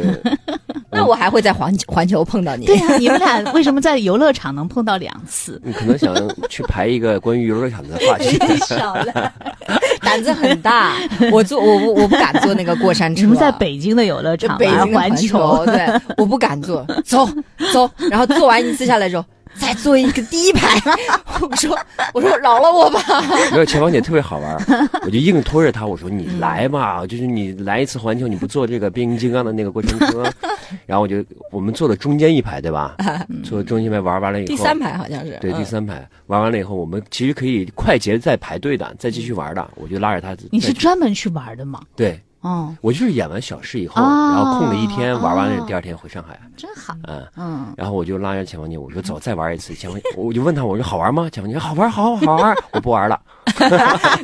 [SPEAKER 16] 那我还会在环球环球碰到你。
[SPEAKER 8] 嗯对啊呀、你们俩为什么在游乐场能碰到两次？，
[SPEAKER 13] 你可能想去排一个关于游乐场的话题
[SPEAKER 8] 少来
[SPEAKER 16] 胆子很大，我坐我我我不敢坐那个过山车。
[SPEAKER 8] 你们在北京的游乐
[SPEAKER 16] 就
[SPEAKER 8] 场
[SPEAKER 16] 北
[SPEAKER 8] 玩
[SPEAKER 16] 京的啊环
[SPEAKER 8] 球，
[SPEAKER 16] 对， 我不敢坐，走走，然后坐完一次下来之后，再坐一个第一排， 我说我说饶了我吧，
[SPEAKER 13] 没有，前芳姐特别好玩儿， 我就硬拖着她，我说你来嘛，就是你来一次环球，你不坐这个变形金刚的那个过山车， 然后我就我们坐的中间一排，对吧？坐中间一排玩完了以后，
[SPEAKER 16] 嗯第三排好像是
[SPEAKER 13] 对，
[SPEAKER 16] 嗯
[SPEAKER 13] 第三排玩完了以后，我们其实可以快捷再排队的，再继续玩的，我就拉着她。
[SPEAKER 8] 你是
[SPEAKER 13] 再去
[SPEAKER 8] 专门去玩的吗？
[SPEAKER 13] 对，
[SPEAKER 8] 哦，
[SPEAKER 13] 我就是演完小事以后，
[SPEAKER 8] 哦
[SPEAKER 13] 然后空了一天，玩完了
[SPEAKER 8] 哦
[SPEAKER 13] 第二天回上海，
[SPEAKER 8] 真好。
[SPEAKER 13] 嗯。
[SPEAKER 8] 嗯，
[SPEAKER 13] 然后我就拉着钱房姐，我说走，再玩一次。钱房，我就问她，我说好玩吗？钱房姐好玩，好玩，好玩。我不玩了。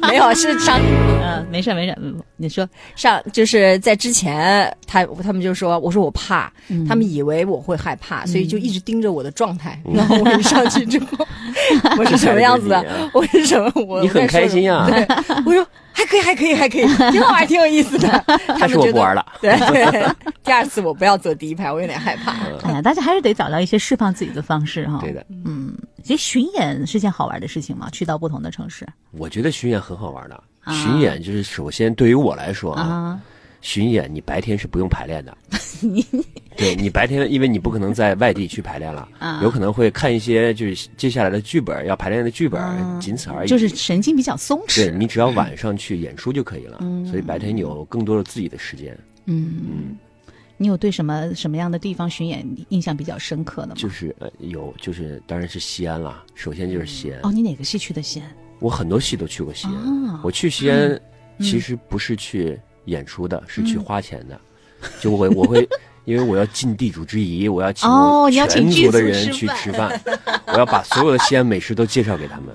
[SPEAKER 16] 没有是上，
[SPEAKER 8] 嗯，没事没事，你说
[SPEAKER 16] 上就是在之前，他他们就说，我说我怕，他们以为我会害怕，所以就一直盯着我的状态，
[SPEAKER 13] 嗯
[SPEAKER 16] 然后我一上去之后， 我是什么样子的
[SPEAKER 13] 你 啊，
[SPEAKER 16] 我是什么，我
[SPEAKER 13] 你很
[SPEAKER 16] 我在说
[SPEAKER 13] 开心啊呀
[SPEAKER 16] 什么对，我说还可以，还可以，还可以，挺好玩，挺有意思的。他
[SPEAKER 13] 但
[SPEAKER 16] 们
[SPEAKER 13] 是我
[SPEAKER 16] 觉
[SPEAKER 13] 不玩
[SPEAKER 16] 得
[SPEAKER 13] 了。
[SPEAKER 16] 对，第二次我不要坐第一排，我有点害怕。
[SPEAKER 13] 嗯
[SPEAKER 8] 哎呀，大家还是得找到一些释放自己的方式哈。
[SPEAKER 13] 对的，
[SPEAKER 8] 嗯，其实巡演是件好玩的事情嘛，去到不同的城市
[SPEAKER 13] 我觉得巡演很好玩的。
[SPEAKER 8] 啊
[SPEAKER 13] 巡演就是首先对于我来说啊，
[SPEAKER 8] 啊，
[SPEAKER 13] 巡演你白天是不用排 练的。 对你白天，因为你不可能在外地去排练了
[SPEAKER 8] 啊，
[SPEAKER 13] 有可能会看一些就是接下来的剧本要排练的剧本，仅此而已。
[SPEAKER 8] 啊就是神经比较松
[SPEAKER 13] 对
[SPEAKER 8] 弛。
[SPEAKER 13] 你只要晚上去演出就可以了，
[SPEAKER 8] 嗯
[SPEAKER 13] 所以白天你有更多的自己的时间。
[SPEAKER 8] 嗯，你有对什么什么样的地方巡演印象比较深刻的吗？
[SPEAKER 13] 就是呃有就是当然是西安啦，首先就是西安。
[SPEAKER 8] 哦，你哪个戏去的西安？
[SPEAKER 13] 我很多戏都去过西安，
[SPEAKER 8] 啊
[SPEAKER 13] 我去西安
[SPEAKER 8] 嗯
[SPEAKER 13] 其实不是去演出的，是去花钱的。就 我我会，因为我要尽地主之谊，我要请
[SPEAKER 8] 哦
[SPEAKER 13] 我
[SPEAKER 8] 你要请
[SPEAKER 13] 全
[SPEAKER 8] 剧
[SPEAKER 13] 族的
[SPEAKER 8] 组
[SPEAKER 13] 人
[SPEAKER 8] 吃
[SPEAKER 13] 去
[SPEAKER 8] 饭
[SPEAKER 13] 吃饭，我要把所有的西安美食都介绍给他们。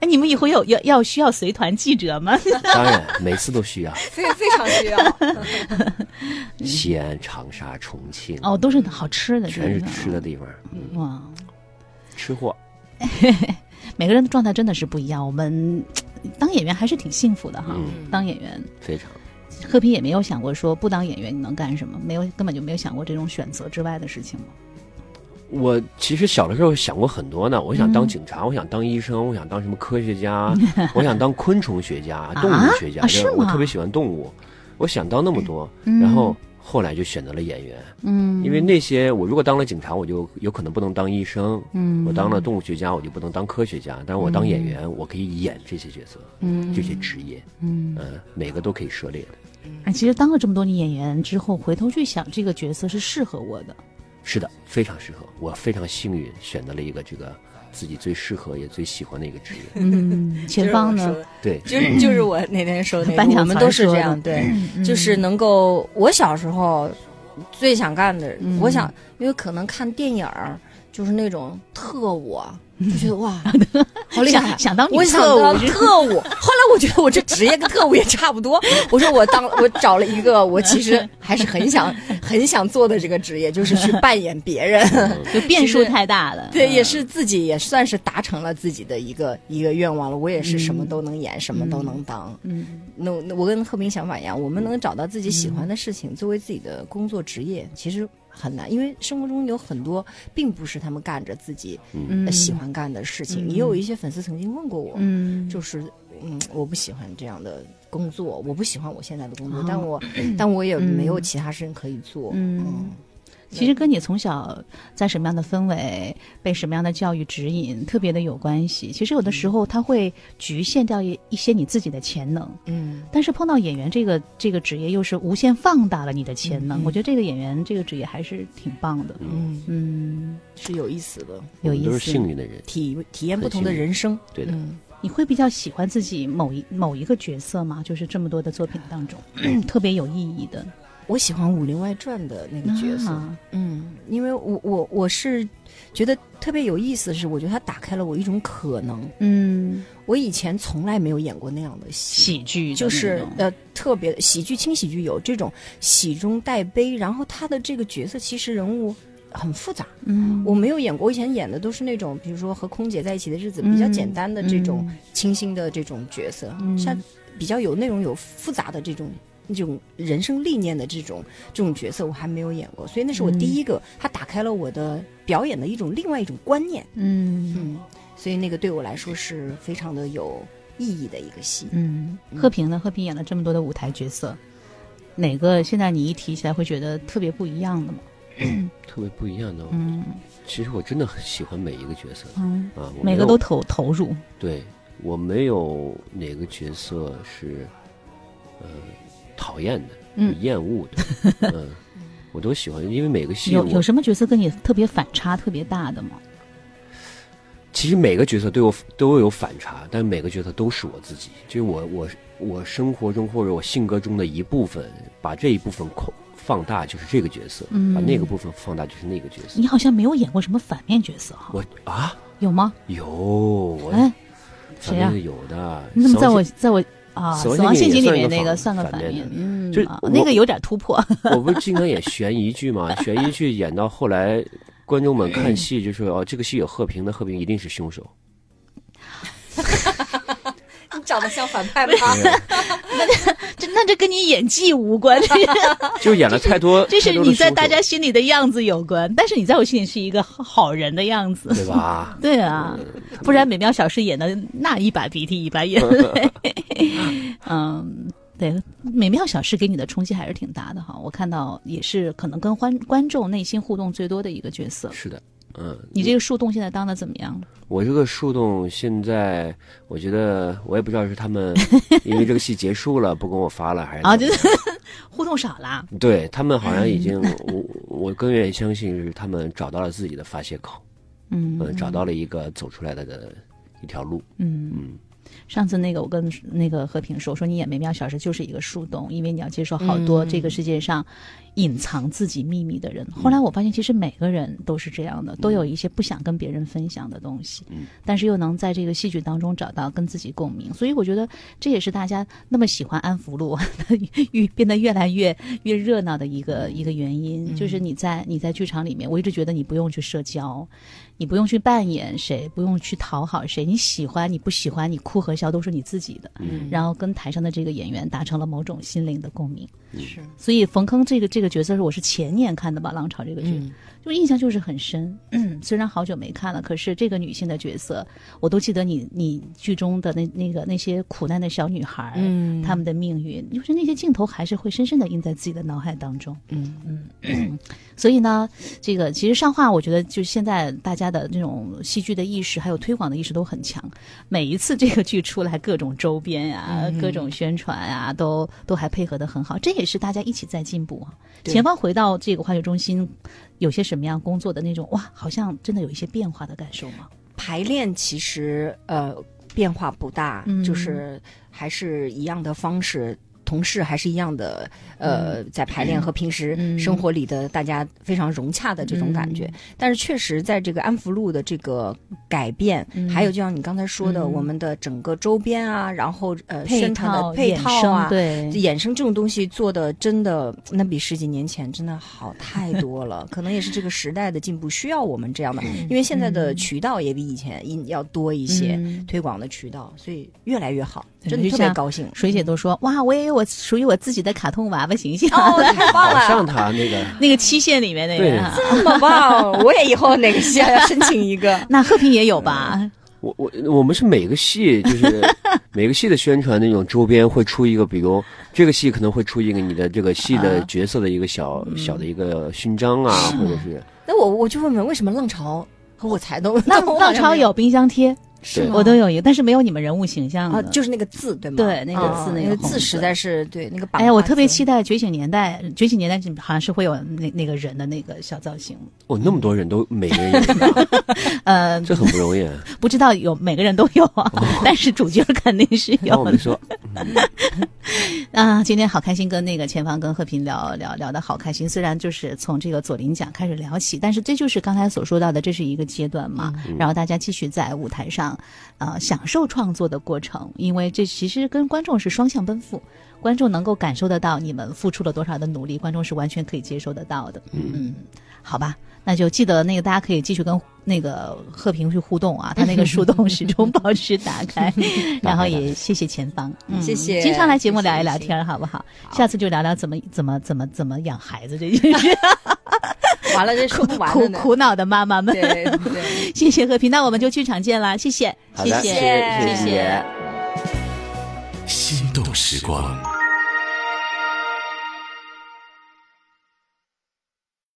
[SPEAKER 8] 哎，你们以后有要要需要随团记 者吗？
[SPEAKER 13] 当然，每次都啊需要。
[SPEAKER 16] 非非常需要。
[SPEAKER 13] 西安、长沙、重庆，
[SPEAKER 8] 哦，都是好吃的，
[SPEAKER 13] 全是
[SPEAKER 8] 真的
[SPEAKER 13] 吃的地方，
[SPEAKER 8] 哇，
[SPEAKER 13] 吃货。
[SPEAKER 8] 每个人的状态真的是不一样。我们当演员还是挺幸福的哈，
[SPEAKER 13] 嗯
[SPEAKER 8] 当演员。
[SPEAKER 13] 非常。
[SPEAKER 8] 贺平也没有想过说不当演员你能干什么，没有根本就没有想过这种选择之外的事情吗？
[SPEAKER 13] 我其实小的时候想过很多呢，我想当
[SPEAKER 8] 嗯
[SPEAKER 13] 警察，我想当医生，我想当什么科学 家，我想当昆虫学家、动物学家，
[SPEAKER 8] 啊
[SPEAKER 13] 对
[SPEAKER 8] 是
[SPEAKER 13] 我
[SPEAKER 8] 吗
[SPEAKER 13] 特别喜欢动物，我想当那么多，
[SPEAKER 8] 嗯
[SPEAKER 13] 然后后来就选择了演员。
[SPEAKER 8] 嗯
[SPEAKER 13] 因为那些我如果当了警察，我就有可能不能当医生；
[SPEAKER 8] 嗯
[SPEAKER 13] 我当了动物学家，我就不能当科学家。但是我当演员，我可以演这些角色，
[SPEAKER 8] 嗯
[SPEAKER 13] 这些职业，
[SPEAKER 8] 嗯
[SPEAKER 13] 呃每个都可以涉猎的。
[SPEAKER 16] 嗯
[SPEAKER 8] 哎，其实当了这么多年演员之后，回头去想这个角色是适合我的。
[SPEAKER 13] 是的，非常适合。我非常幸运，选择了一个这个自己最适合也最喜欢的一个职业。
[SPEAKER 8] 嗯，前方呢？
[SPEAKER 13] 对，
[SPEAKER 16] 就是就是我那天说的那
[SPEAKER 8] 颁
[SPEAKER 16] 个，
[SPEAKER 8] 奖
[SPEAKER 16] 我们
[SPEAKER 8] 词儿
[SPEAKER 16] 都是
[SPEAKER 8] 说
[SPEAKER 16] 这
[SPEAKER 8] 的
[SPEAKER 16] 样，对
[SPEAKER 8] 嗯，嗯
[SPEAKER 16] 就是能够我小时候最想干的，
[SPEAKER 8] 嗯
[SPEAKER 16] 我想因为可能看电影儿就是那种特务啊。
[SPEAKER 8] 嗯
[SPEAKER 16] 就觉得 哇，好厉害！
[SPEAKER 8] 想想当女
[SPEAKER 16] 我想
[SPEAKER 8] 特务
[SPEAKER 16] 当
[SPEAKER 8] 是
[SPEAKER 16] 特 务，后来我觉得我这职业跟特务也差不多。我说我当我找了一个我其实还是很 想很想做的这个职业，就是去扮演别人，
[SPEAKER 8] 就变数太大了。
[SPEAKER 16] 对，也是自己也算是达成了自己的一个一个愿望了。我也是什么都能演，什么都能当。
[SPEAKER 8] 嗯，
[SPEAKER 16] 那我那我跟贺平想法一样，我们能找到自己喜欢的事情、作为自己的工作职业，其实很难，因为生活中有很多并不是他们干着自己、
[SPEAKER 8] 嗯
[SPEAKER 16] 呃喜欢干的事情。
[SPEAKER 8] 嗯
[SPEAKER 16] 也有一些粉丝曾经问过我，
[SPEAKER 8] 嗯
[SPEAKER 16] 就是嗯，我不喜欢这样的工作，我不喜欢我现在的工作，
[SPEAKER 8] 哦
[SPEAKER 16] 但我但我也没有
[SPEAKER 8] 嗯
[SPEAKER 16] 其他事情可以做。
[SPEAKER 8] 嗯，其实跟你从小在什么样的氛围、被什么样的教育指引，特别的有关系。其实有的时候它会局限掉一一些你自己的潜能，
[SPEAKER 16] 嗯，
[SPEAKER 8] 但是碰到演员这个这个职业，又是无限放大了你的潜能。我觉得这个演员这个职业还是挺棒的。
[SPEAKER 16] 嗯
[SPEAKER 8] 嗯，
[SPEAKER 16] 是有意思的，
[SPEAKER 13] 我
[SPEAKER 8] 有
[SPEAKER 13] 们
[SPEAKER 8] 意思。嗯
[SPEAKER 13] 都是幸运的人，
[SPEAKER 16] 体体验
[SPEAKER 13] 很
[SPEAKER 16] 不同的
[SPEAKER 13] 幸运
[SPEAKER 16] 人生。嗯
[SPEAKER 13] 对的，
[SPEAKER 8] 你会比较喜欢自己某一某一个角色吗？就是这么多的作品当中，特别有意义的。
[SPEAKER 16] 我喜欢《武林外传》的那个角色，
[SPEAKER 8] 啊
[SPEAKER 16] 嗯，因为我我我是觉得特别有意思的是，我觉得它打开了我一种可能，
[SPEAKER 8] 嗯，
[SPEAKER 16] 我以前从来没有演过那样的戏，
[SPEAKER 8] 喜剧的那
[SPEAKER 16] 就是
[SPEAKER 8] 种
[SPEAKER 16] 呃特别喜剧轻喜剧有这种喜中带悲，然后他的这个角色其实人物很复杂，
[SPEAKER 8] 嗯
[SPEAKER 16] 我没有演过，我以前演的都是那种，比如说和空姐在一起的日子，比较
[SPEAKER 8] 嗯
[SPEAKER 16] 简单的这种
[SPEAKER 8] 嗯
[SPEAKER 16] 清新的这种角色，
[SPEAKER 8] 嗯
[SPEAKER 16] 像比较有内容、有复杂的这种。这种人生历练的这种这种角色，我还没有演过，所以那是我
[SPEAKER 8] 嗯
[SPEAKER 16] 第一个，他打开了我的表演的一种另外一种观念，
[SPEAKER 8] 嗯
[SPEAKER 16] 嗯，所以那个对我来说是非常的有意义的一个戏，
[SPEAKER 8] 嗯，贺平呢？贺平演了这么多的舞台角色，哪个现在你一提起来会觉得特别不一样的吗？
[SPEAKER 13] 特别不一样的。
[SPEAKER 8] 嗯，
[SPEAKER 13] 其实我真的很喜欢每一个角色，
[SPEAKER 8] 嗯
[SPEAKER 13] 啊，我
[SPEAKER 8] 每
[SPEAKER 13] 没
[SPEAKER 8] 个
[SPEAKER 13] 有
[SPEAKER 8] 都投投入。
[SPEAKER 13] 对我没有哪个角色是，呃，讨厌的，
[SPEAKER 8] 嗯
[SPEAKER 13] 厌恶的， 嗯，我都喜欢，因为每个戏
[SPEAKER 8] 有有
[SPEAKER 13] 我
[SPEAKER 8] 什么角色跟你特别反差特别大的吗？
[SPEAKER 13] 其实每个角色对我都有反差，但每个角色都是我自己，就是我我我生活中或者我性格中的一部分，把这一部分控放大就是这个角色，
[SPEAKER 8] 嗯
[SPEAKER 13] 把那个部分放大就是那个角色。
[SPEAKER 8] 你好像没有演过什么反面角色哈？
[SPEAKER 13] 我啊
[SPEAKER 8] 有吗？
[SPEAKER 13] 有我，
[SPEAKER 8] 哎
[SPEAKER 13] 反
[SPEAKER 8] 谁呀
[SPEAKER 13] 正有的。
[SPEAKER 8] 你怎么
[SPEAKER 13] 死
[SPEAKER 8] 在
[SPEAKER 13] 亡
[SPEAKER 8] 我
[SPEAKER 13] 陷
[SPEAKER 8] 在我啊《
[SPEAKER 13] 死亡
[SPEAKER 8] 死亡陷
[SPEAKER 13] 陷
[SPEAKER 8] 阱》
[SPEAKER 13] 阱
[SPEAKER 8] 里
[SPEAKER 13] 也
[SPEAKER 8] 面
[SPEAKER 13] 算个
[SPEAKER 8] 那个
[SPEAKER 13] 反反
[SPEAKER 8] 算个
[SPEAKER 13] 面
[SPEAKER 8] 面
[SPEAKER 13] 的？
[SPEAKER 8] 嗯，
[SPEAKER 13] 就是
[SPEAKER 8] 啊
[SPEAKER 13] 我
[SPEAKER 8] 那个有点突 破。
[SPEAKER 13] 我不是经常演悬疑剧吗？悬疑剧演到后来，观众们看戏就说：“哦，这个戏有贺平，那贺平一定是凶手。
[SPEAKER 16] 你长得像反派吗？
[SPEAKER 8] 这那这跟你演技无关， 这是”
[SPEAKER 13] 就演了太多，
[SPEAKER 8] 这是
[SPEAKER 13] 太多的
[SPEAKER 8] 你在
[SPEAKER 13] 凶手
[SPEAKER 8] 大家心里的样子有关，但是你在我心里是一个好人的样 子，
[SPEAKER 13] 对？吧？
[SPEAKER 8] 对啊，
[SPEAKER 13] 呃
[SPEAKER 8] 不然美妙小事演的那一把鼻涕一把眼 泪。嗯，对，美妙小事给你的冲击还是挺大的哈。我看到也是可能跟观观众内心互动最多的一个角色。
[SPEAKER 13] 是的，嗯，
[SPEAKER 8] 你这个树洞现在当的怎么样？
[SPEAKER 13] 我这个树洞现在，我觉得我也不知道是他 们因为这个戏结束了不跟我发了，还是
[SPEAKER 8] 啊，
[SPEAKER 13] 怎
[SPEAKER 8] 就
[SPEAKER 13] 么
[SPEAKER 8] 是 互动少啦。
[SPEAKER 13] 对他们好像已经，我我更愿意相信是他们找到了自己的发泄口，
[SPEAKER 8] 嗯
[SPEAKER 13] 嗯，找到了一个走出来的的一条路，
[SPEAKER 8] 嗯
[SPEAKER 13] 嗯，
[SPEAKER 8] 上次那个我跟那个和平说，我说你演《美妙小时》就是一个树洞，因为你要接受好多
[SPEAKER 2] 嗯
[SPEAKER 8] 这个世界上隐藏自己秘密的人。后来我发现，其实每个人都是这样的，都有一些不想跟别人分享的东西，但是又能在这个戏剧当中找到跟自己共鸣。所以我觉得这也是大家那么喜欢安福路， 越变得越来越越热闹的一个一个原因，就是你在你在剧场里面，我一直觉得你不用去社交，你不用去扮演谁，不用去讨好谁，你喜欢你不喜欢，你哭和笑都是你自己的，
[SPEAKER 2] 嗯
[SPEAKER 8] 然后跟台上的这个演员达成了某种心灵的共鸣。
[SPEAKER 2] 是
[SPEAKER 8] 所以冯铿这个这个角色是我是前年看的吧，《浪潮》这个剧，就印象就是很深。嗯虽然好久没看了，可是这个女性的角色，我都记得你你剧中的那那个那些苦难的小女孩，
[SPEAKER 2] 嗯
[SPEAKER 8] 她们的命运，就是那些镜头还是会深深的印在自己的脑海当中。
[SPEAKER 2] 嗯
[SPEAKER 8] 嗯， 所以呢，这个其实上话，我觉得就是现在大家的这种戏剧的意识，还有推广的意识都很强。每一次这个剧出来，各种周边啊，
[SPEAKER 2] 嗯
[SPEAKER 8] 各种宣传啊，都都还配合的很好。这也是大家一起在进步啊。
[SPEAKER 2] 对
[SPEAKER 8] 前方回到这个话剧中心，有些什么样工作的那种哇，好像真的有一些变化的感受吗？
[SPEAKER 16] 排练其实呃变化不大，
[SPEAKER 8] 嗯
[SPEAKER 16] 就是还是一样的方式。同事还是一样的，呃，
[SPEAKER 2] 嗯
[SPEAKER 16] 在排练和平时
[SPEAKER 2] 嗯
[SPEAKER 16] 生活里的大家非常融洽的这种感觉，
[SPEAKER 2] 嗯
[SPEAKER 16] 但是确实在这个安福路的这个改变，
[SPEAKER 2] 嗯
[SPEAKER 16] 还有就像你刚才说的，
[SPEAKER 2] 嗯
[SPEAKER 16] 我们的整个周边啊，然后呃，
[SPEAKER 8] 配
[SPEAKER 16] 宣传的
[SPEAKER 8] 套
[SPEAKER 16] 配
[SPEAKER 8] 衍
[SPEAKER 16] 套
[SPEAKER 8] 生
[SPEAKER 16] 啊，
[SPEAKER 8] 对
[SPEAKER 16] 衍生这种东西做的真的，那比十几年前真的好太多 了。可能也是这个时代的进步需要我们这样的，因为现在的渠道也比以前一要多一些
[SPEAKER 8] 嗯
[SPEAKER 16] 推广的渠道，所以越来越好，
[SPEAKER 8] 对
[SPEAKER 16] 真的
[SPEAKER 8] 就
[SPEAKER 16] 特别
[SPEAKER 8] 像
[SPEAKER 16] 高兴。
[SPEAKER 8] 水姐都说哇，我也有我属于我自己的卡通娃娃形象，
[SPEAKER 16] 哦太棒
[SPEAKER 8] 啊
[SPEAKER 16] 了好像
[SPEAKER 13] 他那个
[SPEAKER 8] 那个期限里面那
[SPEAKER 13] 对
[SPEAKER 8] 个啊，
[SPEAKER 16] 这么棒，我也以后哪个戏要申请一 个。
[SPEAKER 8] 那贺平也
[SPEAKER 13] 嗯
[SPEAKER 8] 有
[SPEAKER 16] 嗯
[SPEAKER 8] 吧？
[SPEAKER 13] 我我我们是每个戏就是 每个戏的宣传那种周边会出一个，比如这个戏可能会出一个你的这个戏
[SPEAKER 8] 啊
[SPEAKER 13] 的角色的一个小、
[SPEAKER 8] 嗯
[SPEAKER 13] 小的一个勋章啊，
[SPEAKER 16] 是吗
[SPEAKER 13] 或者是
[SPEAKER 16] 那我我就问问，为什么浪潮和我才 都
[SPEAKER 8] 浪
[SPEAKER 16] 我好像
[SPEAKER 8] 浪潮
[SPEAKER 16] 没有
[SPEAKER 8] 有冰箱贴，
[SPEAKER 13] 是吗
[SPEAKER 8] 我都有一个，但是没有你们人物形象
[SPEAKER 16] 啊
[SPEAKER 8] 的，
[SPEAKER 16] 就是那个字对吗？
[SPEAKER 8] 嗯对那个
[SPEAKER 16] 啊
[SPEAKER 8] 字那
[SPEAKER 16] 那
[SPEAKER 8] 个
[SPEAKER 16] 个
[SPEAKER 8] 红
[SPEAKER 16] 字实
[SPEAKER 8] 色
[SPEAKER 16] 在是对那个版
[SPEAKER 8] 哎呀，我
[SPEAKER 16] 画
[SPEAKER 8] 特别期待《觉醒年代》，《觉醒年代》好像是会有那那个人的那个小造型，
[SPEAKER 13] 哦那么多人都每个人有 一个，
[SPEAKER 8] 呃，
[SPEAKER 13] 这很不容易。啊
[SPEAKER 8] 不知道有每个人都有 啊，但是主角肯定是
[SPEAKER 13] 然后我
[SPEAKER 8] 有的。
[SPEAKER 13] 们说，
[SPEAKER 8] 啊，今天好开心，跟那个前方跟贺平聊聊聊的好开心。虽然就是从这个左麟奖开始聊起，但是这就是刚才所说到的，这是一个阶段嘛。
[SPEAKER 2] 嗯，
[SPEAKER 8] 然后大家继续在舞台上，呃，享受创作的过程，因为这其实跟观众是双向奔赴，观众能够感受得到你们付出了多少的努力，观众是完全可以接受得到的。嗯，好吧，那就记得那个大家可以继续跟那个贺平去互动啊，他那个树洞始终保持打 开然后也谢谢前方。嗯
[SPEAKER 2] 谢谢
[SPEAKER 8] 经常来节目
[SPEAKER 2] 谢谢
[SPEAKER 8] 聊一聊天儿，好不好？下次就聊聊怎么怎么怎么怎么养孩子这件事。
[SPEAKER 16] 完了，这说不完
[SPEAKER 8] 苦
[SPEAKER 16] 了呢。
[SPEAKER 8] 苦恼的妈妈们。
[SPEAKER 16] 对
[SPEAKER 8] 谢谢和平，那我们就剧场见啦，谢谢，
[SPEAKER 1] 好
[SPEAKER 8] 谢
[SPEAKER 1] 的谢谢谢谢
[SPEAKER 8] 谢
[SPEAKER 1] 心动时光